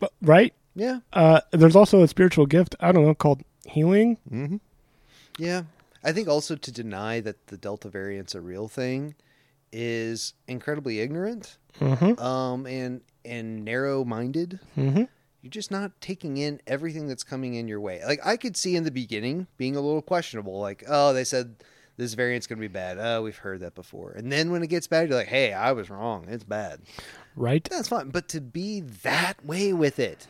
But- right? yeah. Uh, there's also a spiritual gift, I don't know, called healing. Yeah. I think also to deny that the Delta variant's a real thing is incredibly ignorant um, and and narrow minded. Mm-hmm. You're just not taking in everything that's coming in your way. Like I could see in the beginning being a little questionable, like, oh, they said this variant's gonna be bad. Oh, we've heard that before. And then when it gets bad, you're like, hey, I was wrong. It's bad. Right? That's fine. But to be that way with it,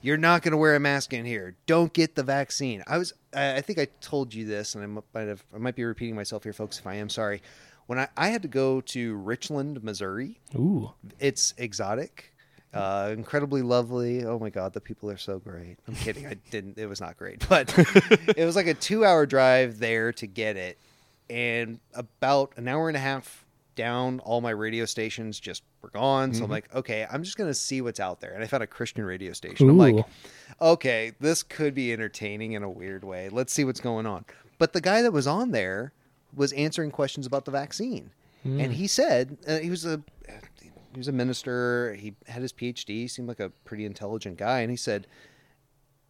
you're not going to wear a mask in here. Don't get the vaccine. I was, I I think I told you this, and I m- might have, I might be repeating myself here, folks. If I am, sorry. When I, I had to go to Richland, Missouri, Ooh. it's exotic, uh, incredibly lovely. Oh my God, the people are so great. I'm kidding. I didn't. It was not great, but it was like a two-hour drive there to get it, and about an hour and a half down, all my radio stations just were gone. So I'm like, okay, I'm just gonna see what's out there, and I found a Christian radio station. Ooh. I'm like, okay, this could be entertaining in a weird way. Let's see what's going on. But the guy that was on there was answering questions about the vaccine, and he said uh, he was a he was a minister. He had his PhD. Seemed like a pretty intelligent guy, and he said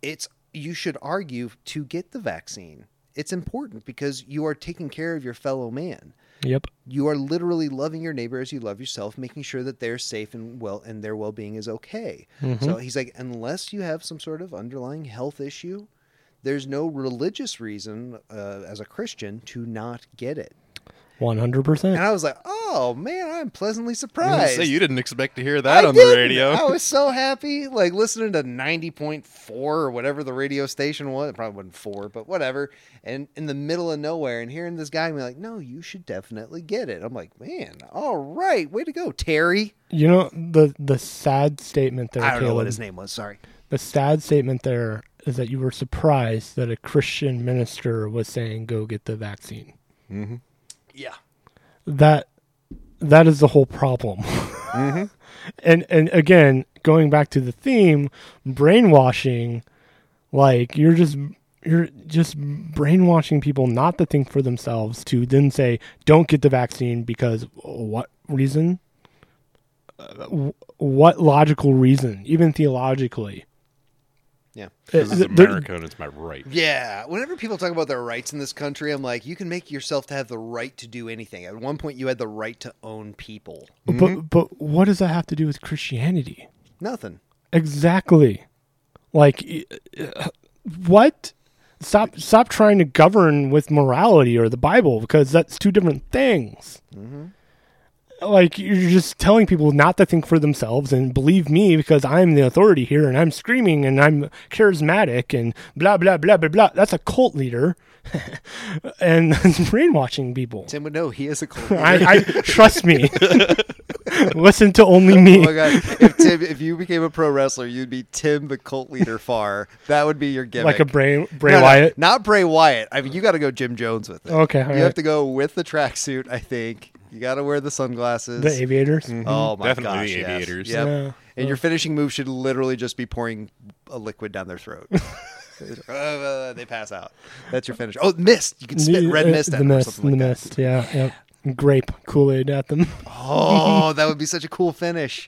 it's you should argue to get the vaccine. It's important because you are taking care of your fellow man. Yep. You are literally loving your neighbor as you love yourself, making sure that they're safe and well and their well being is okay. So he's like, unless you have some sort of underlying health issue, there's no religious reason uh, as a Christian to not get it. One hundred And percent. I was like, oh man, I'm pleasantly I surprised. say you didn't expect to hear that I on the didn't. Oh. radio. I was so happy, like listening to ninety point four or whatever the radio station was. It probably wasn't four, but whatever. And in the middle of nowhere, and hearing this guy be like, "No, you should definitely get it." I'm like, "Man, all right, way to go, Terry." You know the the sad statement there. I don't know what Caleb, his name was. Sorry. The sad statement there is that you were surprised that a Christian minister was saying, "Go get the vaccine." Yeah. that that is the whole problem. and and again, going back to the theme, brainwashing, like you're just you're just brainwashing people not to think for themselves to then say don't get the vaccine because what reason? Uh, wh- What logical reason, even theologically? Yeah. This is Uh, there- America and it's my right. Yeah. Whenever people talk about their rights in this country, I'm like, you can make yourself to have the right to do anything. At one point, you had the right to own people. But but what does that have to do with Christianity? Nothing. Exactly. Like y- uh, what? Stop stop trying to govern with morality or the Bible because that's two different things. Mm-hmm. Like you're just telling people not to think for themselves and believe me because I'm the authority here and I'm screaming and I'm charismatic and blah blah blah blah blah. That's a cult leader, and that's brainwashing people. Tim would know he is a cult I, I trust me. Listen to only me. Oh my god! If Tim, if you became a pro wrestler, you'd be Tim the Cult Leader Far. That would be your gimmick. like a Bray Bray No, no, Wyatt. not Bray Wyatt. I mean, you got to go Jim Jones with it. Okay, you all have right. to go with the tracksuit. I think you got to wear the sunglasses. The aviators. oh my Definitely gosh! the yes. aviators. Yep. Yeah. And your finishing move should literally just be pouring a liquid down their throat. Uh, they pass out. That's your finish. Oh, mist! You can spit red Uh, mist at the them or mist, something the like that. mist. Yeah, yep. Grape Kool Aid at them. Oh, that would be such a cool finish.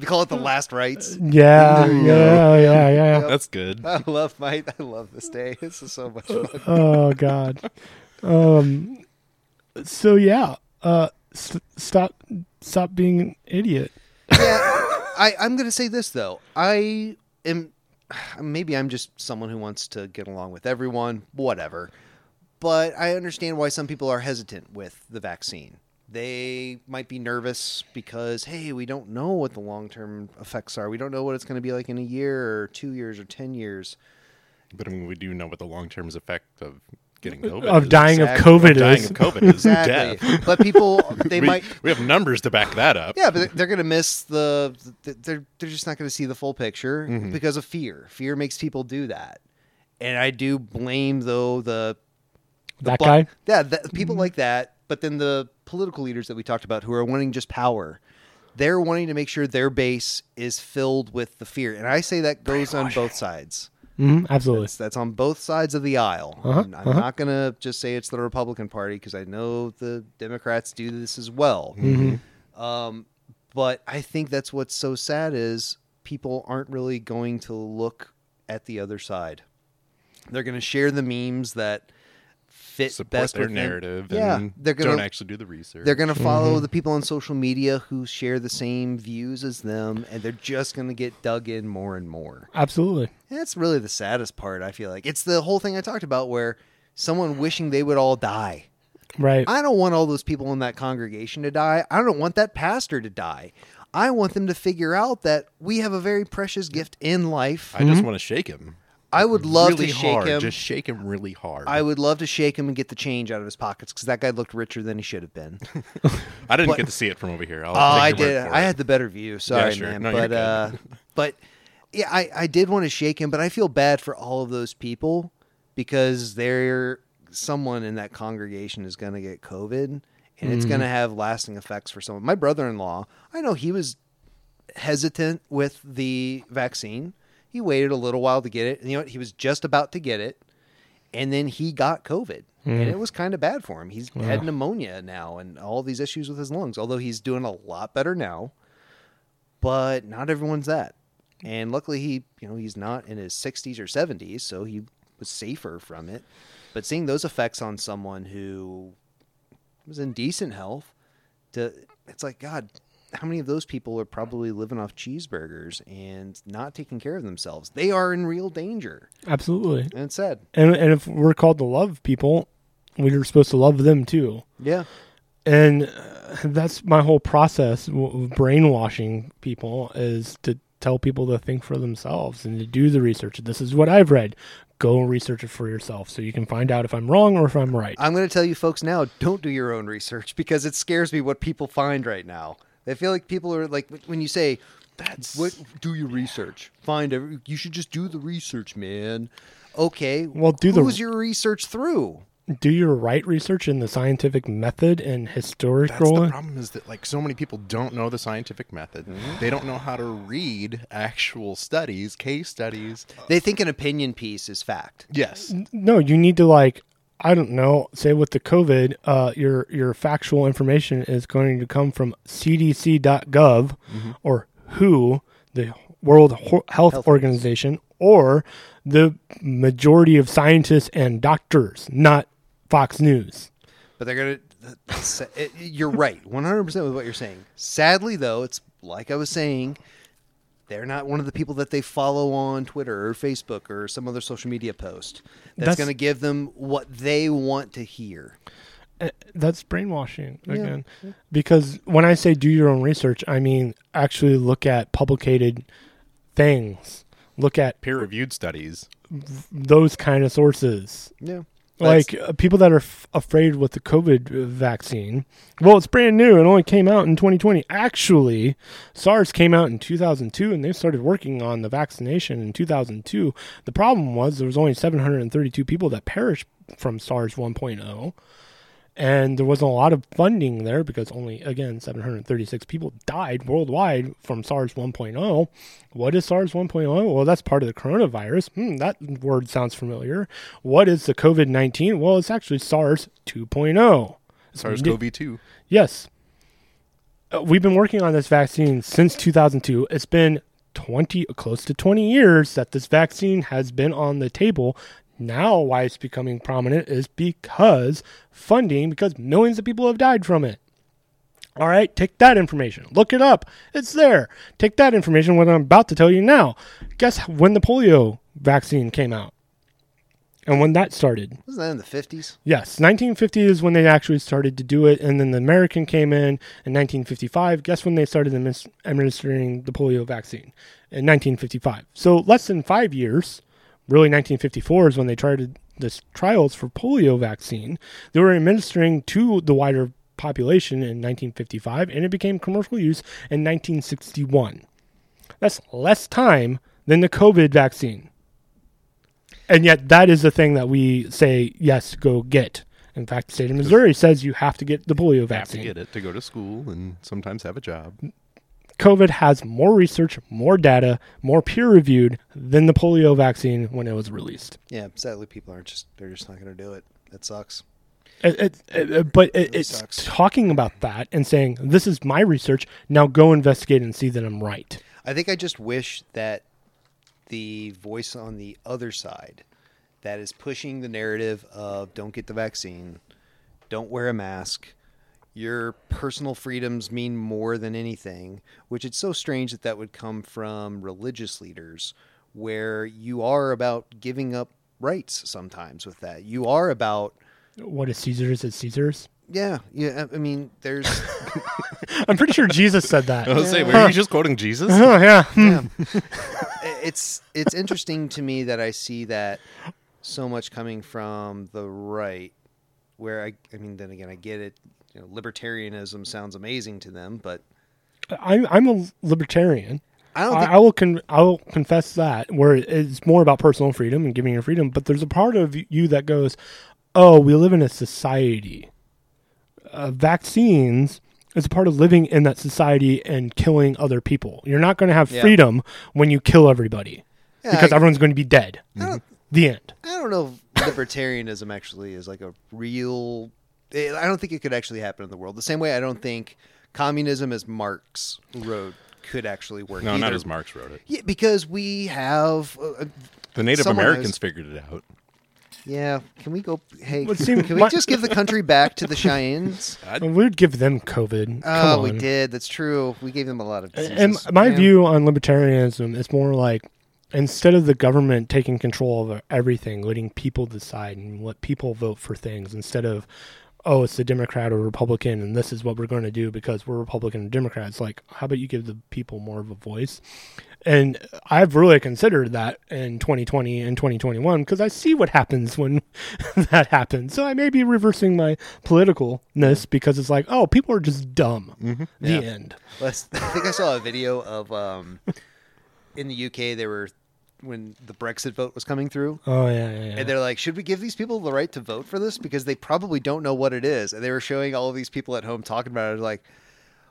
We call it the last rites. Yeah, yeah, yeah, yeah. That's good. I love my I love this day. This is so much fun. Oh God. Um. So yeah. Uh. St- stop. Stop being an idiot. I, I'm gonna say this though. I am maybe I'm just someone who wants to get along with everyone, whatever. But I understand why some people are hesitant with the vaccine. They might be nervous because, hey, we don't know what the long term effects are. We don't know what it's gonna be like in a year or two years or ten years. But I mean, we do know what the long term effect of getting COVID Of is. dying exactly. of COVID dying is. of COVID is death. Exactly. But people they we, might we have numbers to back that up. Yeah, but they're- they're going to miss the. th- They're they're just not going to see the full picture Mm-hmm. because of fear. Fear makes people do that, and I do blame though the that bu- guy. Mm-hmm. Yeah, that, people like that. But then the political leaders that we talked about who are wanting just power, they're wanting to make sure their base is filled with the fear, and I say that goes on both sides. hmm absolutely. That's on both sides of the aisle. I'm, I'm not going to just say it's the Republican Party because I know the Democrats do this as well. Um, but I think that's what's so sad is people aren't really going to look at the other side. They're going to share the memes that fit Support best their with them. narrative Yeah, and they're gonna- don't actually do the research. They're going to follow the people on social media who share the same views as them, and they're just going to get dug in more and more. Absolutely. That's really the saddest part, I feel like. It's the whole thing I talked about where someone wishing they would all die. Right. I don't want all those people in that congregation to die. I don't want that pastor to die. I want them to figure out that we have a very precious gift in life. I Mm-hmm. just want to shake him. I would love really to shake hard. him. Just shake him really hard. I would love to shake him and get the change out of his pockets because that guy looked richer than he should have been. oh, I didn't get to see it from over here. I'll take I your word did. for I it. had the better view. Sorry, sure. man. No, you're but uh, but yeah, I, I did want to shake him, but I feel bad for all of those people because they're someone in that congregation is going to get COVID and it's going to have lasting effects for someone. My brother in law, I know he was hesitant with the vaccine. He waited a little while to get it. And you know what? He was just about to get it. And then he got COVID. And it was kind of bad for him. He's had pneumonia now and all these issues with his lungs, although he's doing a lot better now but not everyone's that. And luckily, he you know he's not in his 60s or 70s, so he was safer from it. But seeing those effects on someone who was in decent health, to it's like God, how many of those people are probably living off cheeseburgers and not taking care of themselves? They are in real danger. Absolutely. And it's sad. And and if we're called to love people, we're supposed to love them too. Yeah. and uh, that's my whole process w- of brainwashing people is to tell people to think for themselves and to do the research this is what i've read go research it for yourself so you can find out if i'm wrong or if i'm right I'm going to tell you folks now don't do your own research because it scares me what people find right now. I feel like people are like, when you say, that's what do your research, find every, you should just do the research, man. Okay. Well, do the- who's your research through? do your right research in the scientific method and That's the historical problem is that like so many people don't know the scientific method. Mm-hmm. They don't know how to read actual studies, case studies. They think an opinion piece is fact. Yes. no you need to like i don't know say with the covid uh, your your factual information is going to come from cdc.gov or who the world Ho- health, organization or the majority of scientists and doctors not fox news But they're gonna. sa- it- You're right, 100 percent with what you're saying. Sadly, though, it's like I was saying, they're not one of the people that they follow on Twitter or Facebook or some other social media post that's, That's- gonna give them what they want to hear. Uh, that's brainwashing again because when i say do your own research i mean actually look at publicated things look at Peer reviewed studies. those kind of sources Yeah, like uh, people that are f- afraid with the COVID vaccine. Well, it's brand new. It only came out in 2020. Actually, SARS came out in 2002, and they started working on the vaccination in 2002. The problem was there was only 732 people that perished from SARS oh. 1.0. And there wasn't a lot of funding there because only, again, 736 people died worldwide from SARS 1.0. What is SARS 1.0? Well, that's part of the coronavirus. Hmm, that word sounds familiar. What is the COVID 19? Well, it's actually SARS oh. 2.0. It's SARS new- CoV two. Yes. Uh, we've been working on this vaccine since 2002. It's been 20 close to 20 years that this vaccine has been on the table. Now why it's becoming prominent is because funding because millions of people have died from it. All right, take that information. Look it up. It's there. Take that information what I'm about to tell you now. Guess when the polio vaccine came out and when that started. wasn't that in the 50s? Yes, 1950 is when they actually started to do it, and then the American came in in 1955. Guess when they started adminis- administering the polio vaccine? In 1955. So less than five years, really 1954 is when they tried this trials for polio vaccine. They were administering to the wider population in 1955, and it became commercial use in 1961. That's less time than the COVID vaccine. And yet, that is the thing that we say, yes, go get. In fact, the state of Missouri says you have to get the polio Have to vaccine. get it to go to school and sometimes have a job. COVID has more research, more data, more peer reviewed than the polio vaccine when it was released. Yeah, sadly, people aren't just. They're just not gonna do it. That sucks. It, it, it- it- but it, it's sucks. talking about that and saying, this is my research. Now go investigate and see that I'm right. I think I just wish that the voice on the other side that is pushing the narrative of don't get the vaccine, don't wear a mask, your personal freedoms mean more than anything, which it's so strange that that would come from religious leaders where you are about giving up rights sometimes with that. You are about What is Caesar's is Caesar's? yeah, yeah, I I mean there's I'm pretty sure Jesus said that. I was say, were you just quoting Jesus? Oh, yeah. Hmm. it's it's interesting to me that I see that so much coming from the right, where I I mean, then again, I get it. You know, libertarianism sounds amazing to them, but I'm, I'm a libertarian. I don't I, think I will con- I will confess that where it's more about personal freedom and giving your freedom, but there's a part of you that goes, "Oh, we live in a society. Uh, vaccines is a part of living in that society and killing other people. You're not going to have Yeah. freedom when you kill everybody Yeah, because I- everyone's going to be dead. don't- The end. I don't know if libertarianism actually is like a real. eh, I don't think it could actually happen in the world. The same way I don't think communism, as Marx wrote, could actually work. No, not either. as Marx wrote it. Yeah, because we have. Uh, uh, The Native Someone Americans has- figured it out. Yeah, can we go? Hey, Well, it can seemed we my- just give the country back to the Cheyennes? Well, we'd give them COVID. Come Oh, we on. did. That's true. We gave them a lot of. And um, diseases. my Yeah. view on libertarianism is more like instead of the government taking control of everything, letting people decide and let people vote for things instead of, oh, it's the Democrat or Republican and this is what we're going to do because we're Republican or Democrat. It's like, how about you give the people more of a voice? And I've really considered that in 2020 and 2021 because I see what happens when that happens. So I may be reversing my politicalness because it's like, oh, people are just dumb. The end. Let's- I think I saw a video of um, in the UK they were when the Brexit vote was coming through, Oh yeah, yeah, yeah. and they're like, "Should we give these people the right to vote for this because they probably don't know what it is?" And they were showing all of these people at home talking about it, They're like,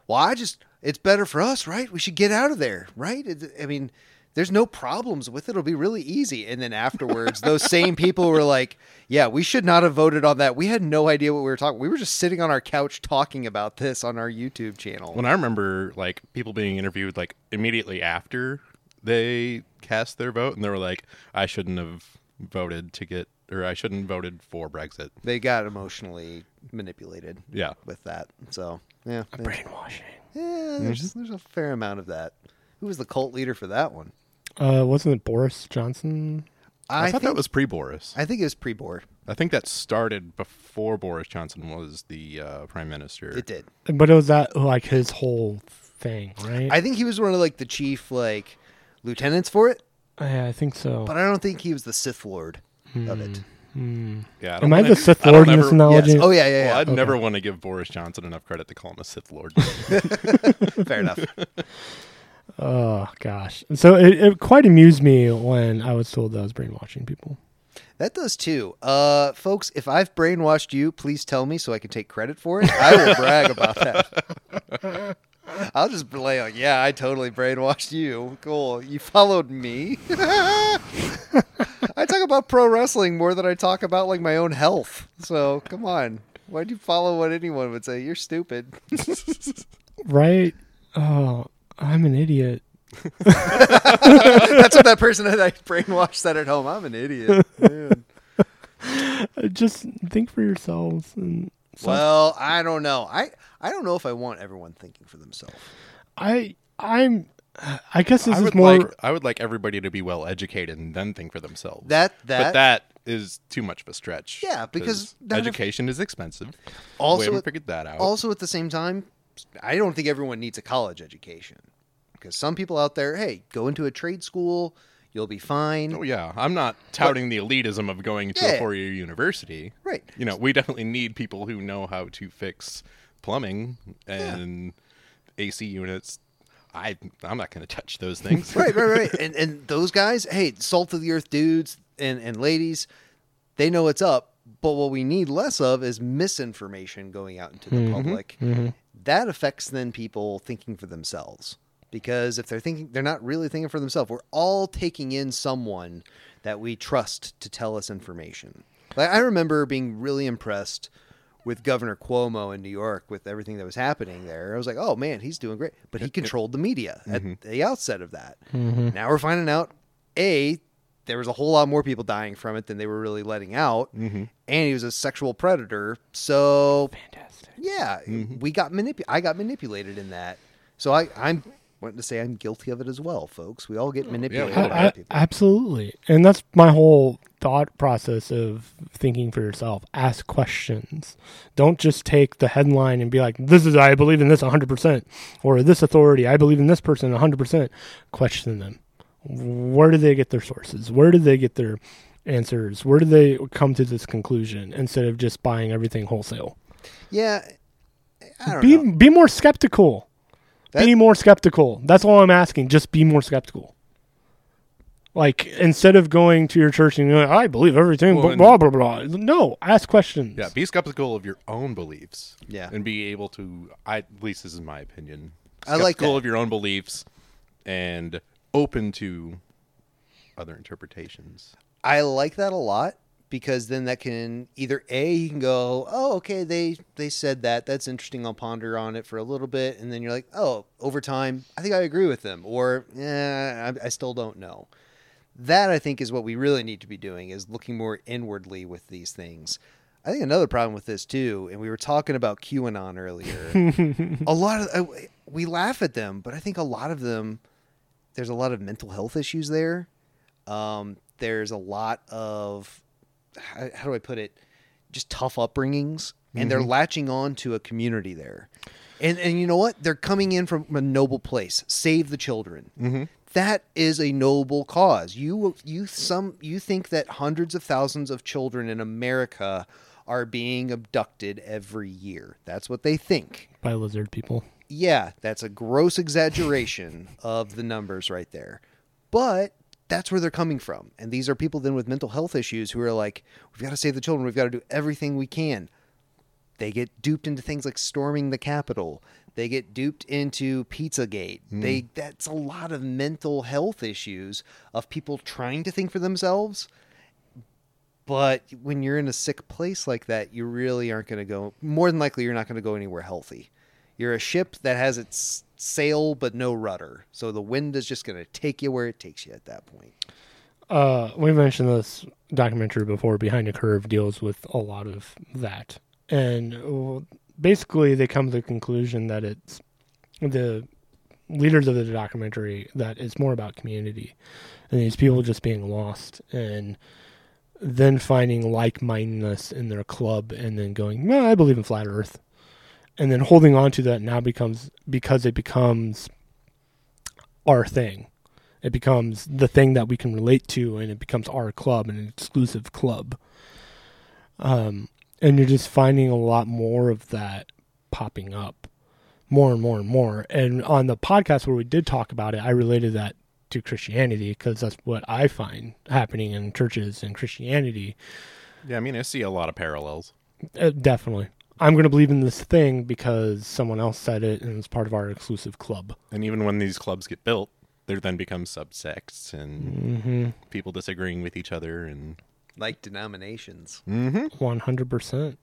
"Well, I just it's better for us, right? We should get out of there, right? It, I mean." There's no problems with it. It'll be really easy. And then afterwards, those same people were like, "Yeah, we should not have voted on that. We had no idea what we were talking. We were just sitting on our couch talking about this on our YouTube channel." When I remember like people being interviewed like immediately after they cast their vote and they were like, I shouldn't have voted to get or I shouldn't have voted for Brexit. they got emotionally manipulated Yeah. with that. So yeah, yeah, brainwashing. yeah, there's there's a fair amount of that. Who was the cult leader for that one? Uh, wasn't it Boris Johnson? I, I, thought think, that was pre Boris. I think it was pre-board. I think that started before Boris Johnson was the uh, prime minister. It did. But it was that like his whole thing, right? I think he was one of like the chief like lieutenants for it, yeah, I think so. but I don't think he was the Sith Lord of Hmm. it. Yeah, I don't Am I wanna- the Sith don't Lord in this ever- analogy? Yes. Oh yeah, yeah, Well, yeah. I'd never want to give Boris Johnson enough credit to call him a Sith Lord. fair enough. Oh gosh. So it, it quite amused me when I was told that I was brainwashing people. That does too, uh, folks. If I've brainwashed you, please tell me so I can take credit for it. I will brag about that. I'll just lay on. Yeah, I totally brainwashed you. Cool. You followed me. I talk about pro wrestling more than I talk about like my own health. So come on. Why'd you follow what anyone would say? You're stupid. Right? Oh, I'm an idiot. That's what that person that I brainwashed said at home. I'm an idiot. Man. Uh, Just think for yourselves. And so Well, I don't know. I I don't know if I want everyone thinking for themselves. I, I'm. I guess this I is would more. like I would like everybody to be well educated and then think for themselves. That- but that- that is too much of a stretch. Yeah, because not ev- education is expensive. Also- we haven't figured that out. also at the same time i don't think everyone needs a college education because some people out there hey go into a trade school you'll be fine oh yeah, I'm not touting the elitism of going to Yeah. a four-year university. Right. You know, we definitely need people who know how to fix plumbing and AC units. I I'm not going to touch those things. right right right and, and those guys hey salt of the earth dudes and, and ladies they know what's up but what we need less of is misinformation going out into the public that affects then people thinking for themselves because if they're thinking they're not really thinking for themselves we're all taking in someone that we trust to tell us information like i remember being really impressed with governor cuomo in new york with everything that was happening there i was like oh man he's doing great but he controlled the media at the outset of that now we're finding out a there was a whole lot more people dying from it than they were really letting out Mm-hmm. and he was a sexual predator so Fantastic. yeah, Mm-hmm. we got manip- I got manipulated in that. So I I'm wanting to say I'm guilty of it as well, folks. We all get manipulated little by I, people. absolutely. And that's my whole thought process of thinking for yourself. Ask questions. Don't just take the headline and be like, this is, I believe in this 100%, or this authority, I believe in this person 100%. Question them. Where do they get their sources? Where do they get their answers? Where do they come to this conclusion instead of just buying everything wholesale? yeah, I don't Be, know. be more skeptical. be That- more skeptical. That's all I'm asking. Just be more skeptical. Like instead of going to your church and you're like, I believe everything, Well, and- blah blah blah. No, ask questions. Yeah, be skeptical of your own beliefs. Yeah. and be able to. I at least this is my opinion. I like Skeptical that. of your own beliefs, and open to other interpretations. I like that a lot because then that can either a you can go oh okay they they said that that's interesting i'll ponder on it for a little bit and then you're like oh over time i think i agree with them or yeah I, I still don't know That I think is what we really need to be doing is looking more inwardly with these things. I think another problem with this too, and we were talking about QAnon earlier. a lot of I- we laugh at them, but I think a lot of them there's a lot of mental health issues there. Um, there's a lot of how, how do I put it? Just tough upbringings, and they're latching on to a community there. And and you know what? They're coming in from a noble place. Save the children. That is a noble cause. You you some you think that hundreds of thousands of children in America are being abducted every year. That's what they think. by lizard people. Yeah, that's a gross exaggeration of the numbers right there. But that's where they're coming from. And these are people then with mental health issues who are like, we've got to save the children. We've got to do everything we can. They get duped into things like storming the Capitol. They get duped into Pizzagate. They that's a lot of mental health issues of people trying to think for themselves. But when you're in a sick place like that, you really aren't going to go. More than likely, you're not going to go anywhere healthy. You're a ship that has its sail but no rudder, so the wind is just going to take you where it takes you at that point. Uh, we mentioned this documentary before. Behind a Curve deals with a lot of that, and uh, basically they come to the conclusion that it's the leaders of the documentary that it's more about community and these people just being lost and then finding like-mindedness in their club and then going, "No, I believe in flat Earth," and then holding on to that now becomes because it becomes our thing it becomes the thing that we can relate to and it becomes our club and an exclusive club um, and you're just finding a lot more of that popping up more and more and more and on the podcast where we did talk about it i related that to christianity because that's what i find happening in churches and christianity Yeah, I mean, I see a lot of parallels. uh, definitely i'm going to believe in this thing because someone else said it and it's part of our exclusive club And even when these clubs get built, there then become subsects and Mm-hmm. people disagreeing with each other. And Like denominations. One hundred percent.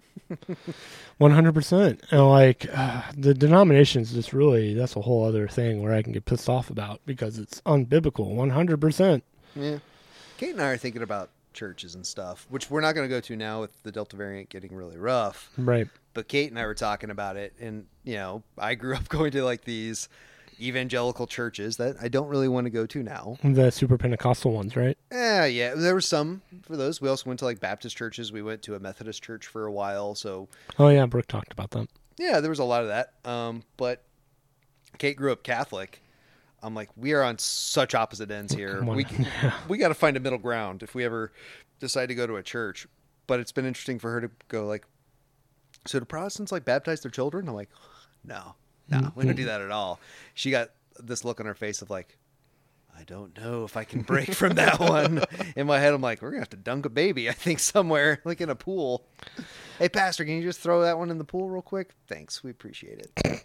One hundred percent. And like uh, the denominations, just really that's a whole other thing where I can get pissed off about because it's unbiblical. One hundred percent. Yeah. Kate and I are thinking about churches and stuff, which we're not going to go to now with the Delta variant getting really rough. Right. but Kate and I were talking about it, and you know, I grew up going to like these evangelical churches that I don't really want to go to now. The super Pentecostal ones, right? Eh, yeah, there were some for those. We also went to like Baptist churches. We went to a Methodist church for a while, so Oh yeah, Brooke talked about that. yeah, there was a lot of that. Um, but Kate grew up Catholic. I'm like, we are on such opposite ends here. Come on. We we got to find a middle ground if we ever decide to go to a church. But it's been interesting for her to go like, so do Protestants like baptize their children? I'm like, no, no, we don't do that at all. She got this look on her face of like, I don't know if I can break from that one. In my head, I'm like, we're gonna have to dunk a baby, I think, somewhere, like in a pool. Hey, Pastor, can you just throw that one in the pool real quick? Thanks, we appreciate it.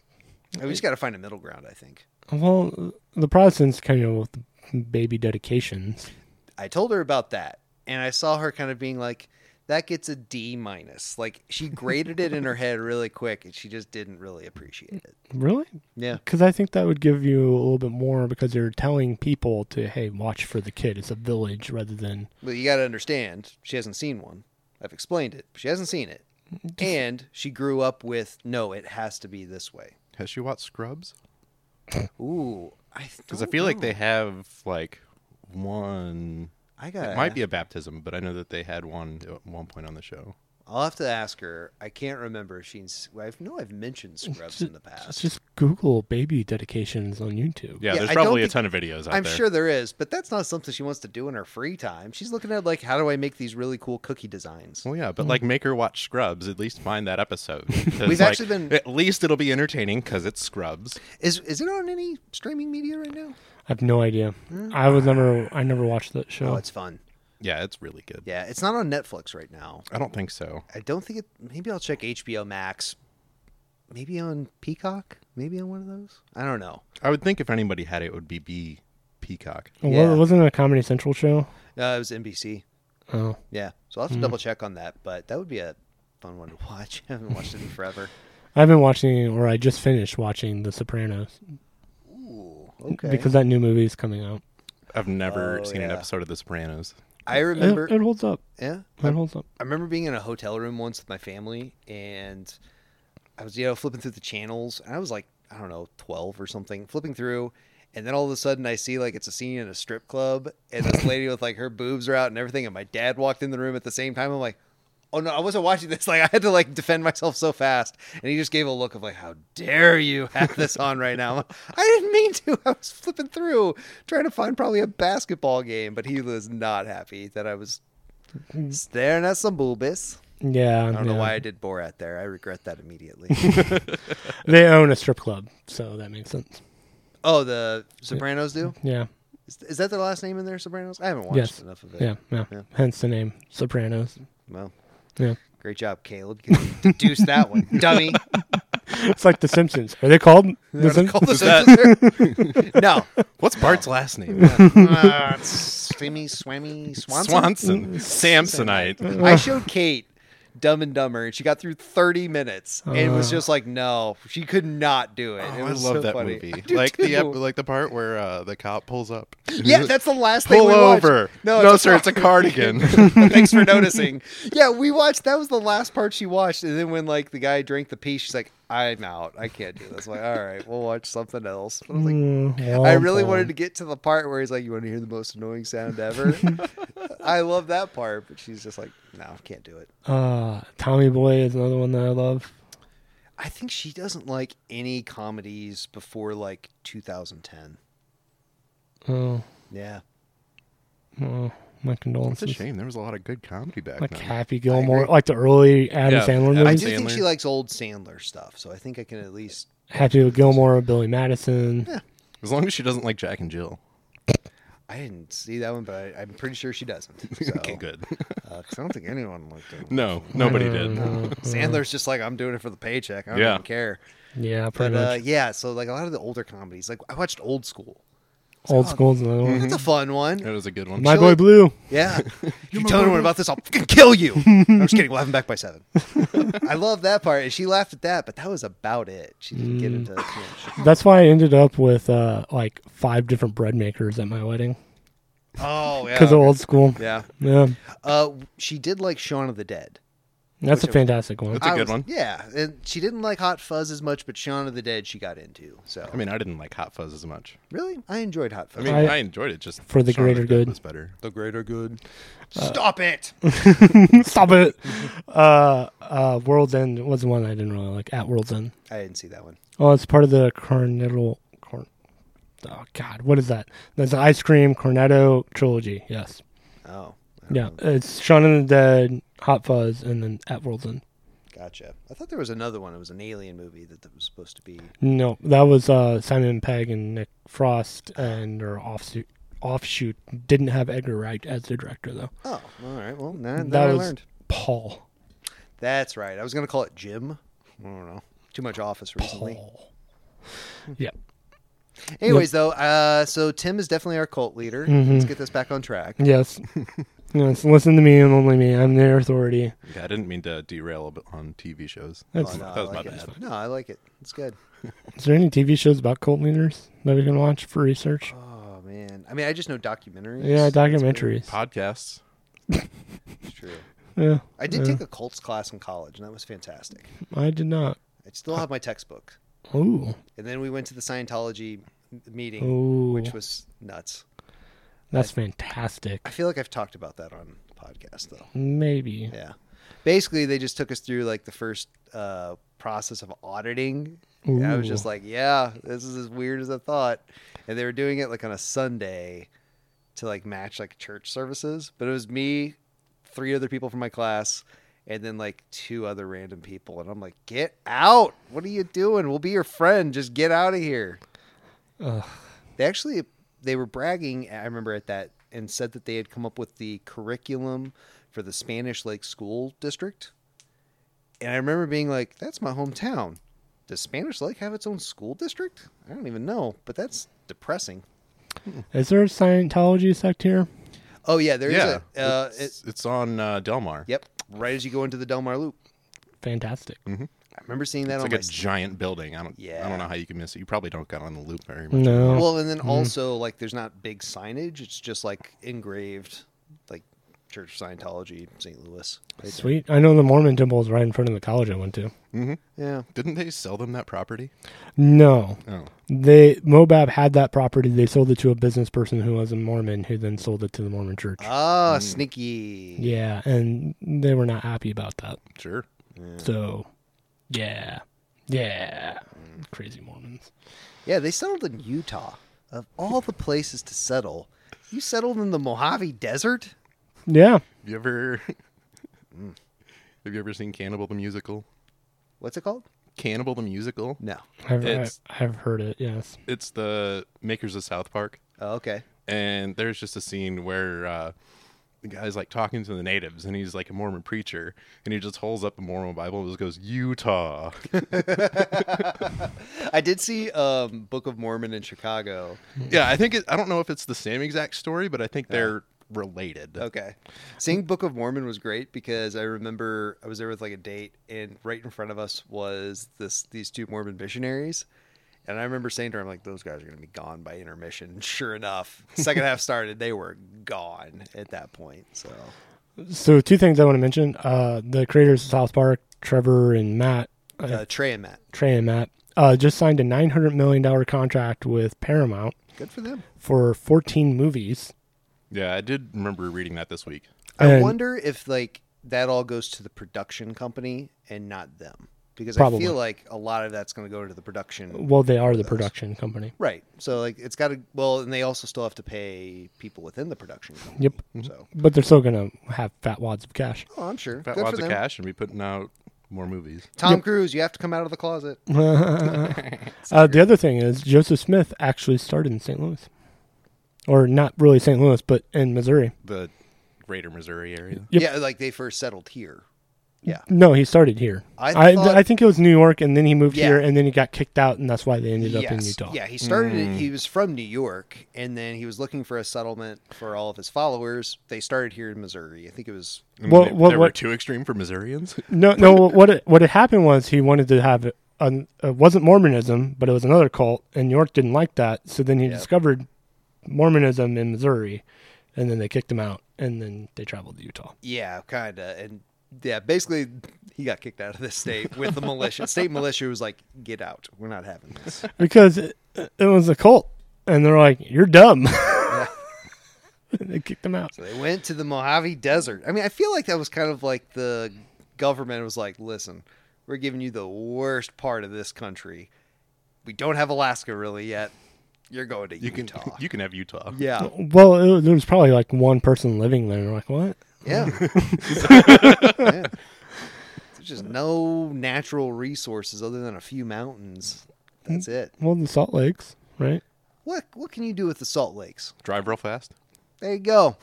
we just got to find a middle ground, I think. Well, the Protestants kind of with baby dedications. I told her about that, and I saw her kind of being like, "That gets a D minus." Like she graded it in her head really quick, and she just didn't really appreciate it. Really? Yeah, Because I think that would give you a little bit more because you're telling people to hey, watch for the kid. It's a village rather than but you got to understand, she hasn't seen one. I've explained it. She hasn't seen it, and she grew up with, "No, it has to be this way." has she watched Scrubs? Ooh, I Because I feel like they have like one. I got It might be a baptism, but I know that they had one at one point on the show. I'll have to ask her. I can't remember if she's. I know I've mentioned Scrubs in the past. just Google baby dedications on YouTube. Yeah, Yeah, there's I don't probably a think- ton of videos out I'm there. sure there is, but that's not something she wants to do in her free time. She's looking at like, how do I make these really cool cookie designs? Well, yeah, but like make her watch Scrubs. At least find that episode. 'Cause, Mm-hmm. We've like, actually been- At least it'll be entertaining because it's Scrubs. Is is it on any streaming media right now? I have no idea. I was never. I never watched that show. Oh, it's fun. Yeah, it's really good. Yeah, it's not on Netflix right now. I don't think so. I don't think it. Maybe I'll check HBO Max. Maybe on Peacock. Maybe on one of those. I don't know. I would think if anybody had it, it would be B Peacock. Well, Yeah. Wasn't it a Comedy Central show? Uh, it was NBC. Oh, Yeah, so I'll have to double check on that. But that would be a fun one to watch. I haven't watched it in forever. I've been watching, or I just finished watching The Sopranos Ooh, okay. because that new movie is coming out. I've never Oh, seen an yeah. episode of The Sopranos. I It, remember. it holds up. yeah. It holds up. I remember being in a hotel room once with my family, and I was, you know, flipping through the channels, and I was like, I don't know, twelve or something, flipping through, and then all of a sudden I see like it's a scene in a strip club, and this lady with like her boobs are out and everything, and my dad walked in the room at the same time. I'm like, oh no, I wasn't watching this. Like I had to like defend myself so fast, and he just gave a look of like, how dare you have this on right now? I'm like, I didn't mean to. I was flipping through trying to find probably a basketball game, but he was not happy that I was staring at some boobies. Yeah. I don't know why I did Borat there. I regret that immediately. They own a strip club, so that makes sense. oh, the Sopranos do? Yeah. Is, is that their last name in there, Sopranos? I haven't watched Yes. enough of it. Yeah, yeah. Yeah. Hence the name Sopranos. Well, Yeah. great job, Caleb. You deduced that one. Dummy. It's like The Simpsons. Are they called The Sim- Call this that... no. What's Bart's last name? Uh, Swimmy, Swammy, Swanson. Mm-hmm. Swanson. Samsonite. I showed Kate Dumb and Dumber, and she got through 30 minutes and was just like, no, she could not do it. it Uh. Oh, I love was so that funny. I movie. do Like the ep- too. like the part where uh, the cop pulls up. Yeah, that's the last thing pull we watched. over. No, No, it's sir, it's a cardigan. Thanks for noticing. Yeah, we watched. That was the last part she watched, and then when like the guy drank the pee, she's like, "I'm out. I can't do this." I'm like, all right, we'll watch something else. But I was like, Mm, Oh, I really womp wanted womp. to get to the part where he's like, "You want to hear the most annoying sound ever?" I love that part, but she's just like, "No, can't do it." Uh, Tommy Boy is another one that I love. I think she doesn't like any comedies before like 2010. Oh, Yeah, oh my It's a condolences. shame. There was a lot of good comedy back Like then. Happy Gilmore, like the early Adam Yeah, Sandler Adam I movies. do think Sandler. she likes old Sandler stuff, so I think I can at least. Happy Gilmore, Billy Madison. As long as she doesn't like Jack and Jill. I didn't see that one, but I, I'm pretty sure she doesn't. So. Okay, good. Uh, 'cause I don't think anyone liked it. No, nobody did. Sandler's just like I'm doing it for the paycheck. I don't Yeah. even care. Yeah, pretty But uh, much. yeah, so like a lot of the older comedies, like I watched Old School. Old school's another one. Mm-hmm. That's a fun one. That was a good one. My Mm. Chili- Boy Blue. Yeah. you tell anyone about this, I'll fucking kill you. I'm just kidding. We'll have him back by seven. I love that part, and she laughed at that, but that was about it. She didn't get into. too much. Mm. That's why I ended up with uh, like five different bread makers at my wedding Oh yeah. because of old school. yeah. Yeah, Uh, she did like Shaun of the Dead. that's a fantastic one. It's a I good was- one. Yeah, and she didn't like Hot Fuzz as much, but Shaun of the Dead she got into. So I mean, I didn't like Hot Fuzz as much. really, I enjoyed Hot I Fuzz. mean, I- I, enjoyed it just For the Shaun of greater Dead good. was better. the greater good. Uh, Stop it. Stop it. Uh, uh, World's End was the one I didn't really like. At World's End. I didn't see that one. Oh, it's part of the Cornetto. Corn. Oh God, what is that? That's the ice cream Cornetto trilogy. Yes. Oh, Yeah, it's Shaun of the Dead, Hot Fuzz, and then At World's End. gotcha. I thought there was another one. It was an alien movie that that was supposed to be. No, that was uh, Simon Pegg and Nick Frost, and their offsuit offshoot didn't have Edgar Wright as the director though. Oh, all right. Well, now, now that I was learned. Paul. That's right. I was going to call it Jim. I don't know. Too much office recently. Paul. Hmm. Yeah. Anyways, though, uh, so Tim is definitely our cult leader. Let's get this back on track. Yes. yes. Listen to me and only me. I'm their authority. Yeah, I didn't mean to derail a bit on TV shows. That's, no, that was uh, I my like bad. It. No, I like it. It's good. Is there any TV shows about cult leaders that we can watch for research? Oh man. I mean, I just know documentaries. yeah, That's documentaries. Podcasts. pretty- True. Yeah, I did take a cults class in college, and that was fantastic. I did not. I still have my textbook. Ooh, And then we went to the Scientology m- meeting, Ooh. which was nuts. that's fantastic. I feel like I've talked about that on the podcast though. Maybe. Yeah. Basically, they just took us through like the first uh, process of auditing. And I was just like, yeah, this is as weird as I thought. And they were doing it like on a Sunday to like match like church services. But it was me, three other people from my class, and then like two other random people. And I'm like, get out. What are you doing? We'll be your friend. Just get out of here. They actually they were bragging. I remember at that and said that they had come up with the curriculum for the Spanish Lake School District. And I remember being like, "That's my hometown. Does Spanish Lake have its own school district? I don't even know, but that's depressing." Is there a Scientology sect here? Oh yeah, there is yeah, a. Uh, it's, it, it's on uh, Delmar. yep, right as you go into the Delmar Loop. Fantastic. I remember seeing that It's on like my a giant building. I don't. I Yeah. don't know how you can miss it. You probably don't got on the loop very much. No. Well, and then Mm-hmm. also like there's not big signage. It's just like engraved, like Church of Scientology, St. Louis. Right Sweet. I know the Mormon temple is right in front of the college I went to. there. Yeah. Didn't they sell them that property? No. Oh, They Mobab had that property. They sold it to a business person who was a Mormon, who then sold it to the Mormon Church. Ah, Mm. sneaky. yeah, and they were not happy about that. sure. So, yeah, yeah, crazy Mormons. Yeah, they settled in Utah. Of all the places to settle, you settled in the Mojave Desert? Yeah, Have you ever? mm. have you ever seen Cannibal the musical? What's it called? Cannibal the musical. No. I've I, It's- I've heard it. Yes. It's the makers of South Park. Oh, okay. and there's just a scene where uh, the guy's like talking to the natives, and he's like a Mormon preacher, and he just holds up the Mormon Bible and just goes Utah. I did see um, Book of Mormon in Chicago. yeah, I think it, I don't know if it's the same exact story, but I think they're related. Okay. Seeing Book of Mormon was great because I remember I was there with like a date and right in front of us was this these two Mormon missionaries. And I remember saying to her, I'm like, those guys are gonna be gone by intermission. Sure enough. Second half started, they were gone at that point. So So two things I want to mention: uh, the creators of South Park, Trevor and Matt, uh, uh, Trey and Matt. Trey and Matt, uh, just signed a nine hundred million dollar contract with Paramount Good for them. for fourteen movies. Yeah, I did remember reading that this week. I And- wonder if like that all goes to the production company and not them. Because I Probably. feel like a lot of that's gonna go to the production Well, they are the production company. Right. So like it's got to well, and they also still have to pay people within the production company. Yep. So But they're still gonna have fat wads of cash. oh, I'm sure. Fat Good wads for of them. cash and be putting out more movies. Tom Cruise, you have to come out of the closet. Uh, the other thing is Joseph Smith actually started in St. Louis, or not really St. Louis, but in Missouri. The greater Missouri area. Yep. Yeah, like they first settled here. Yeah. No, he started here. I I, thought- I think it was New York, and then he moved Yeah. here, and then he got kicked out, and that's why they ended up in Yes. Utah. Yeah, he started it. He was from New York, and then he was looking for a settlement for all of his followers. They started here in Missouri. I think it was. And What- they- what- they were what- too extreme for Missourians. No, no. what it, what had happened was he wanted to have an, it wasn't Mormonism, but it was another cult, and York didn't like that. So then he discovered Mormonism in Missouri, and then they kicked him out, and then they traveled to Utah. Yeah, kinda, and yeah, basically he got kicked out of the state with the militia. State militia was like, "Get out! We're not having this." because it, it was a cult, and they're like, "You're dumb." they kicked him out. They went to the Mojave Desert. I mean, I feel like that was kind of like the government was like, listen, we're giving you the worst part of this country. We don't have Alaska really yet. You're going to You can Utah. you can have Utah. yeah. Well, it, was- there was probably like one person living there. and we're like, what? Yeah. Yeah. There's just no natural resources other than a few mountains. Hmm. That's it. Well, the Salt Lakes, right? What what can you do with the Salt Lakes? Drive real fast. There you go.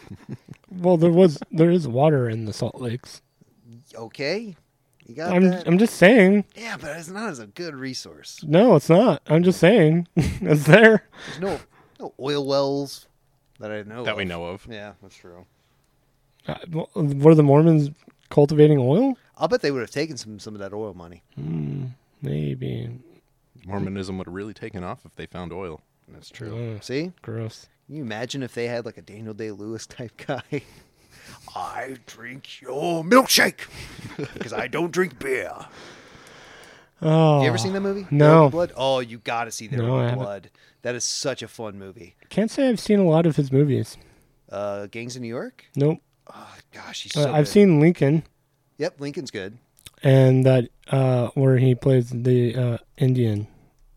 Well, there was there is water in the Salt Lakes. Okay. You got I'm that? I'm just saying. yeah, but it's not as a good resource. No, it's not. I'm just saying it's there. There's no no oil wells that I know That we of. know of. Yeah, that's true. Uh, well, Were the Mormons cultivating oil? I'll bet they would have taken some some of that oil money. Maybe. Mormonism would have really taken off if they found oil. That's true. See, Gross. Can you imagine if they had like a Daniel Day Lewis type guy. I drink your milkshake because I don't drink beer. Oh, You ever seen that movie? no. There Will Be Blood. Oh, you got to see There No, Will I Be haven't. Blood. That is such a fun movie. Can't say I've seen a lot of his movies. Uh, Gangs in New York. Nope. Oh gosh, he's Uh, so. I've good. seen Lincoln. Yep, Lincoln's good. and that uh where he plays the uh Indian.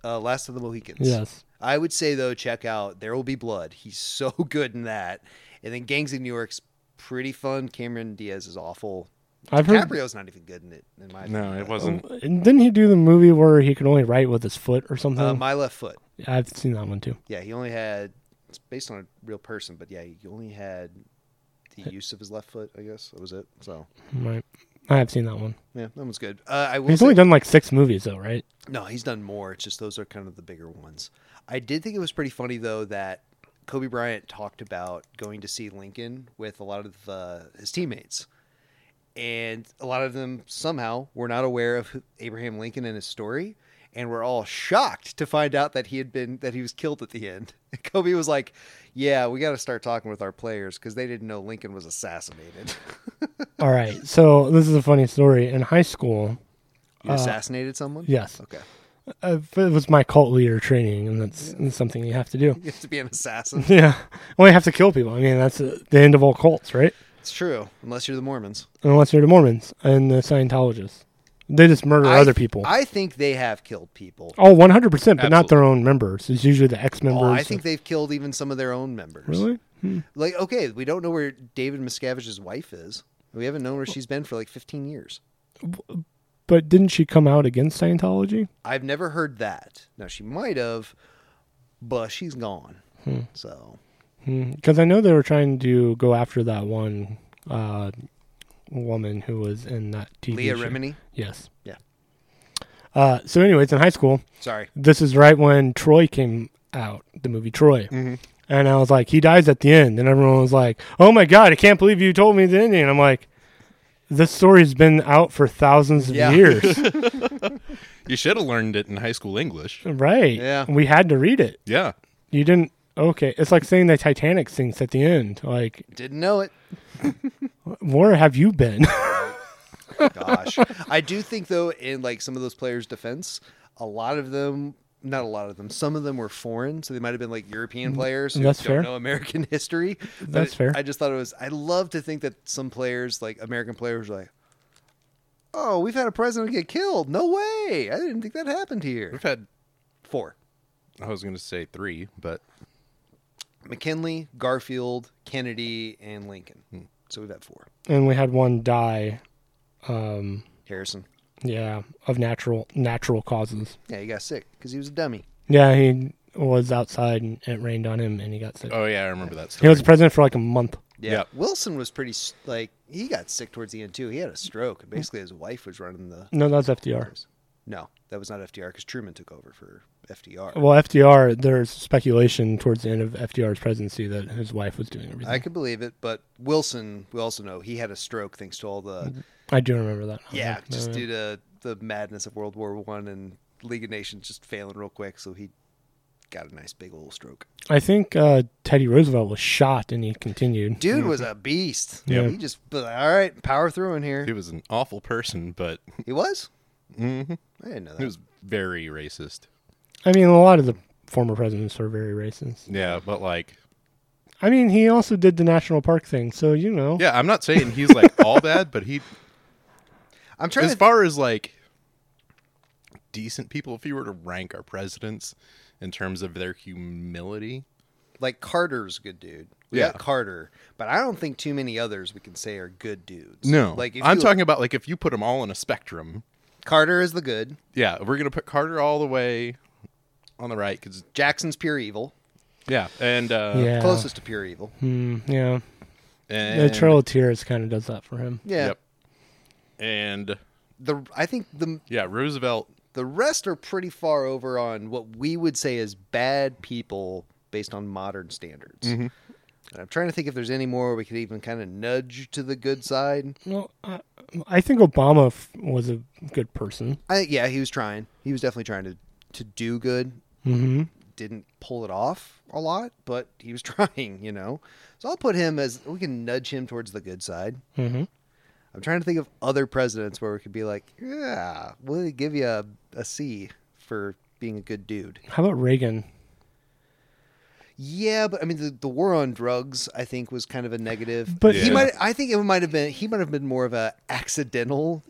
Uh, Last of the Mohicans. Yes. I would say though, check out There Will Be Blood. He's so good in that. And then Gangs of New York's pretty fun. Cameron Diaz is awful. I've heard DiCaprio's not even good in it, in my No, opinion. it wasn't. and didn't he do the movie where he could only write with his foot or something? Uh, my left foot. I've seen that one too. Yeah, he only had. It's based on a real person, but yeah, he only had the use of his left foot. I guess that was it. So Right. I have seen that one. yeah, that one's good. Uh, I will He's say- only done like six movies though, right? No, he's done more. It's just those are kind of the bigger ones. I did think it was pretty funny though that Kobe Bryant talked about going to see Lincoln with a lot of uh, his teammates, and a lot of them somehow were not aware of who- Abraham Lincoln and his story, and were all shocked to find out that he had been that he was killed at the end. Kobe was like, "Yeah, we got to start talking with our players because they didn't know Lincoln was assassinated. All right. So this is a funny story. In high school, you assassinated someone? yes, Okay. uh, it was my cult leader training, and that's, that's something you have to do. You have to be an assassin. Yeah. Well, you have to kill people. I mean, that's uh, the end of all cults, right? it's true, unless you're the Mormons. Unless you're the Mormons and the Scientologists. They just murder I- other people. I think they have killed people. oh, 100%, but not their own members. It's usually the ex members. Oh, I think they've killed even some of their own members. Really? Hmm. Like, okay, we don't know where David Miscavige's wife is. We haven't known where she's been for like 15 years. But didn't she come out against Scientology? I've never heard that. Now she might have, but she's gone. Hmm. So Hmm. Because I know they were trying to go after that one uh, woman who was in that TV Leah show. Remini. Yes. Yeah. Uh, so, anyways, in high school, Sorry. this is right when Troy came out, the movie Troy. Mm-hmm. And I was like, he dies at the end. And everyone was like, oh my God, I can't believe you told me the ending. And I'm like, this story's been out for thousands of Yeah. years. You should have learned it in high school English. right. Yeah. We had to read it. Yeah. You didn't. Okay. It's like saying the Titanic sinks at the end. Like, Didn't know it. where have you been? Gosh. I do think though, in like some of those players' defense, a lot of them not a lot of them. Some of them were foreign, so they might have been like European players who Mm, that's don't fair. know American history. But That's it- fair. I just thought it was. I love to think that some players, like American players, are like, "Oh, we've had a president get killed. No way! I didn't think that happened here." We've had, Four: I was going to say three, but McKinley, Garfield, Kennedy, and Lincoln. Hmm. So we've had four. and we had one die. Harrison. Yeah. Of natural natural causes. Yeah, he got sick because he was a dummy. Yeah. He was outside and it rained on him and he got sick. oh, yeah, I remember that story. he was president for like a month. Yeah. Yep. Wilson was pretty s- like he got sick towards the end too. He had a stroke. and Basically, his wife was running the. No, that's FDR. No, that was not FDR because Truman took over for FDR. Well, FDR, there's speculation towards the end of FDR's presidency that his wife was doing everything. I I, could believe it, but Wilson, we also know he had a stroke thanks to all the do remember that. yeah, just Uh, due to the madness of World War One and League of Nations just failing real quick, so he got a nice big old stroke. I think uh, Teddy Roosevelt was shot and he continued. Dude was a beast. Yeah. he just but all right, power through in here. He was an awful person, but He was. Mm-hmm. I didn't know that. he was very racist. I mean, a lot of the former presidents are very racist. Yeah, but like, I mean, he also did the national park thing, so you know. yeah, I'm not saying he's like all bad, but he, I'm trying as to far as like decent people, if you were to rank our presidents in terms of their humility, like Carter's a good dude. We Yeah. got Carter, but I don't think too many others we can say are good dudes. like like if I'm you- talking about like if you put them all in a spectrum, Carter is the good. yeah, we're gonna put Carter all the way on the right because Jackson's pure evil, yeah, and uh, Yeah. closest to pure evil. Hmm. Mm, yeah. and, The Trail of Tears kind of does that for him. Yeah, yep, and the I think the yeah, Roosevelt, the rest are pretty far over on what we would say is bad people based on modern standards. Mm-hmm. And I'm trying to think if there's any more we could even kind of nudge to the good side. Well, I, I think Obama f- was a good person. I, yeah, he was trying. He was definitely trying to to do good. Mm-hmm. Didn't pull it off a lot, but he was trying. You know, so I'll put him as we can nudge him towards the good side. Mm-hmm. I'm trying to think of other presidents where we could be like, yeah, we'll give you a, a C for being a good dude. How about Reagan? Yeah, but I mean, the, the war on drugs, I think, was kind of a negative. But he Yeah. might, I think it might have been, he might have been more of a accidental.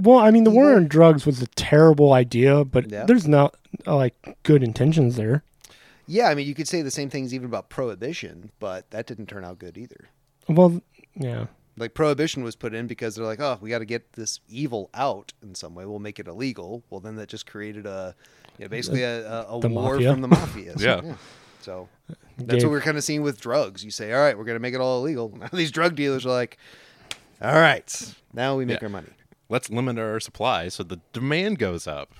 Well, I mean, the war on drugs was a terrible idea, but Yeah. there's not uh, like good intentions there. Yeah, I mean, you could say the same things even about prohibition, but that didn't turn out good either. Well, yeah. Like prohibition was put in because they're like, oh, we got to get this evil out in some way. We'll make it illegal. Well, then that just created a, you know, basically a, a, a The war mafia. from the mafia. So, Yeah. So that's Gave- what we're kind of seeing with drugs. You say, all right, we're going to make it all illegal. Now these drug dealers are like, all right, now we make Yeah. our money. let's limit our supply so the demand goes up. Mm.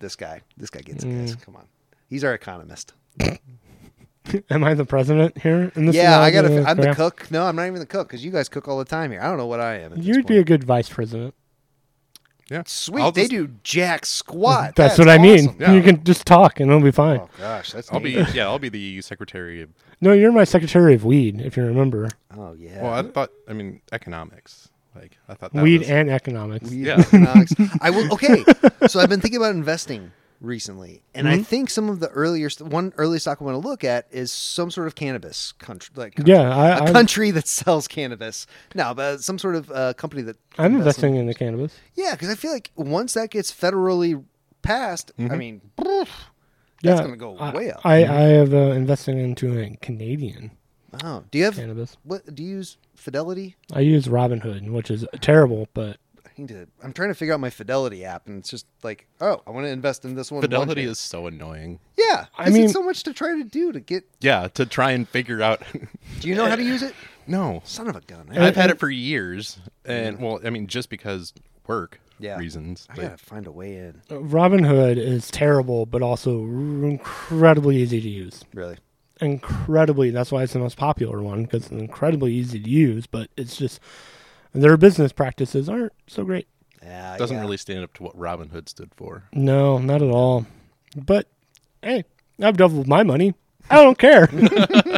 This guy, this guy gets it, guys. Come on. He's our economist. Am I the president here? In this yeah, I scenario? gotta. I'm Yeah. the cook. No, I'm not even the cook because you guys cook all the time here. I don't know what I am. at this You'd be a point. good vice president. Yeah. sweet. I'll they just- do jack squat. That's, what I mean. Uh, awesome. Yeah. You can just talk and it'll be fine. Oh gosh, that's. I'll be neat. yeah, I'll be the secretary of No, you're my secretary of weed, if you remember. Oh yeah. Well, I thought I mean economics. Like I thought that weed was, and economics. Weed Yeah. and economics. I will. Okay, so I've been thinking about investing recently, and Mm-hmm. I think some of the earlier st- one early stock I want to look at is some sort of cannabis country, like country, Yeah, I, a I'm, country that sells cannabis. No, but some sort of uh, company that I'm invests in- investing in the cannabis. Yeah, because I feel like once that gets federally passed, Mm-hmm. I mean, poof, Yeah, that's going to go I, way up. I, I have uh, invested into a Canadian wow. Do you have cannabis. what? Do you use Fidelity? I use Robinhood, which is terrible, but I need to. I'm trying to figure out my Fidelity app, and it's just like, oh, I want to invest in this one. Fidelity one- is so annoying. Yeah, I I mean, mean- so much to try to do to get. Yeah, to try and figure out Do you know how to use it? No. Son of a gun! I, I've had it for years and well, I mean just because work Yeah. reasons. I but- gotta find a way in. Oh. Robinhood is terrible, but also r- incredibly easy to use. Really? Incredibly, that's why it's the most popular one because it's incredibly easy to use. But it's just their business practices aren't so great. Yeah. doesn't yeah. really stand up to what Robin Hood stood for. No, not at all. But hey, I've doubled my money. I don't care.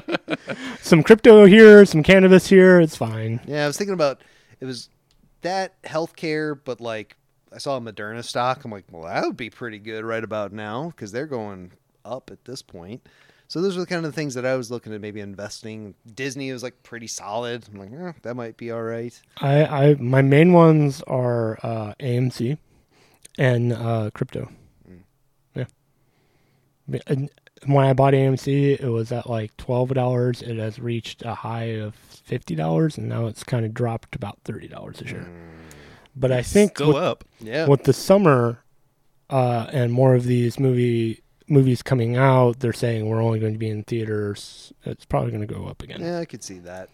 some crypto here, some cannabis here. It's fine. Yeah, I was thinking about it was that healthcare, but like I saw a Moderna stock. I'm like, well, that would be pretty good right about now because they're going up at this point. So those are the kind of things that I was looking at maybe investing. Disney was like pretty solid. I'm like, eh, that might be all right. I, I my main ones are uh, AMC and uh, crypto. Mm. Yeah. Yeah. And when I bought AMC, it was at like twelve dollars. It has reached a high of fifty dollars, and now it's kind of dropped about thirty dollars a share. But I think Mm. Go with- up. Yeah. with the summer uh, and more of these movie movies coming out, they're saying we're only going to be in theaters. It's probably going to go up again. Yeah, I could see that.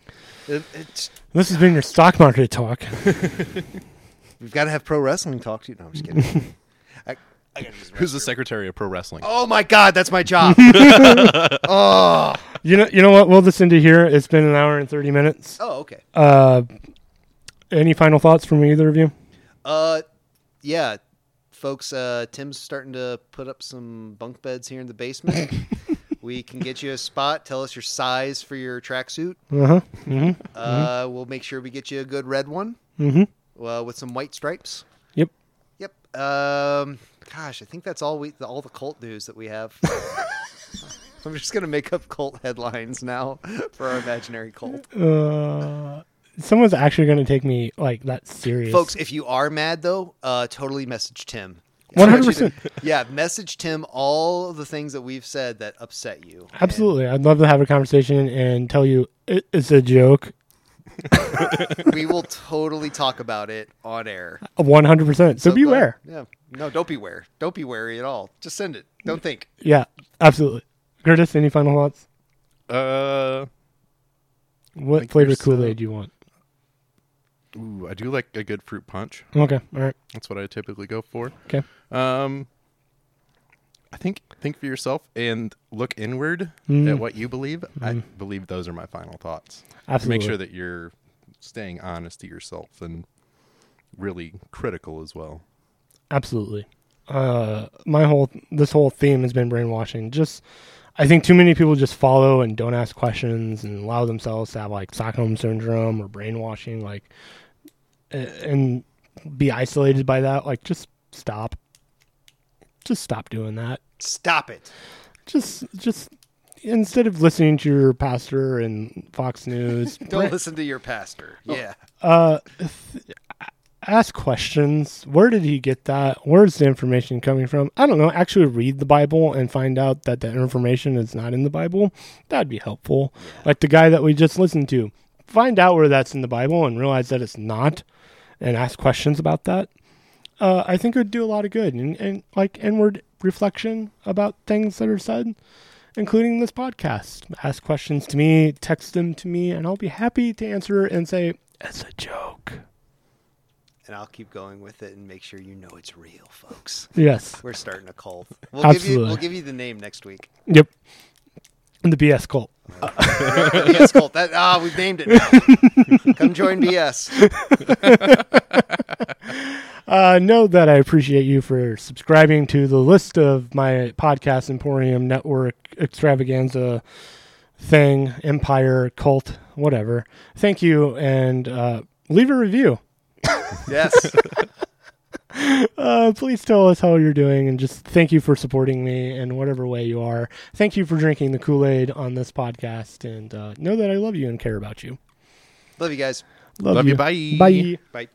It, it's, This has been your stock market talk. we've got to have pro wrestling talk to you. No, I'm just kidding. I, I gotta use the Who's the restroom. secretary of pro wrestling? Oh my God, that's my job. oh. you know, you know what? We'll just end it here. It's been an hour and thirty minutes. Oh, okay. Uh, any final thoughts from either of you? Uh, yeah, folks. Uh, Tim's starting to put up some bunk beds here in the basement. we can get you a spot. Tell us your size for your tracksuit. Uh huh. hmm Uh, we'll make sure we get you a good red one hmm uh, with some white stripes. Yep. Yep. Um, gosh, I think that's all we all the cult news that we have. I'm just gonna make up cult headlines now for our imaginary cult. Uh, someone's actually going to take me like that serious, Folks, if you are mad though, uh, totally message Tim. 100%. Yeah, message Tim all the things that we've said that upset you. And Absolutely, I'd love to have a conversation and tell you it, it's a joke. we will totally talk about it on air. One hundred percent. So But, uh, beware. yeah. No, don't beware. Don't be wary at all. Just send it. Don't think. Yeah, absolutely. Curtis, any final thoughts? Uh What Like flavor there's, uh, Kool Aid you want? ooh, I do like a good fruit punch. Okay, all right. That's what I typically go for. Okay, Um, I think think for yourself and look inward Mm. at what you believe. I believe those are my final thoughts. To Mm-hmm. absolutely. Make sure that you're staying honest to yourself and really critical as well. absolutely. Uh, my whole this whole theme has been brainwashing. Just, I think too many people just follow and don't ask questions and allow themselves to have like Stockholm syndrome or brainwashing, like, a- and be isolated by that. Like, just stop. Just stop doing that. Stop it. Just, just instead of listening to your pastor and Fox News, Don't bra- listen to your pastor. Yeah. ask questions. Where did he get that? Where's the information coming from? I don't know. Actually, read the Bible and find out that the information is not in the Bible. That'd be helpful. Like the guy that we just listened to, find out where that's in the Bible and realize that it's not, and ask questions about that. Uh, I think it would do a lot of good and, and like inward reflection about things that are said. Including this podcast. Ask questions to me, text them to me, and I'll be happy to answer and say, it's a joke. And I'll keep going with it and make sure you know it's real, folks. Yes. We're starting a cult. We'll give you Absolutely. we'll give you the name next week. Yep. And the BS cult. BS cult. That ah, we've named it. Now. Come join BS. Uh, know that I appreciate you for subscribing to the list of my podcast Emporium Network extravaganza thing, empire, cult, whatever. Thank you, and uh, leave a review. Yes. Uh, please tell us how you're doing, and just thank you for supporting me in whatever way you are. Thank you for drinking the Kool Aid on this podcast, and uh, know that I love you and care about you. Love you guys. Love you, bye. Bye. Bye.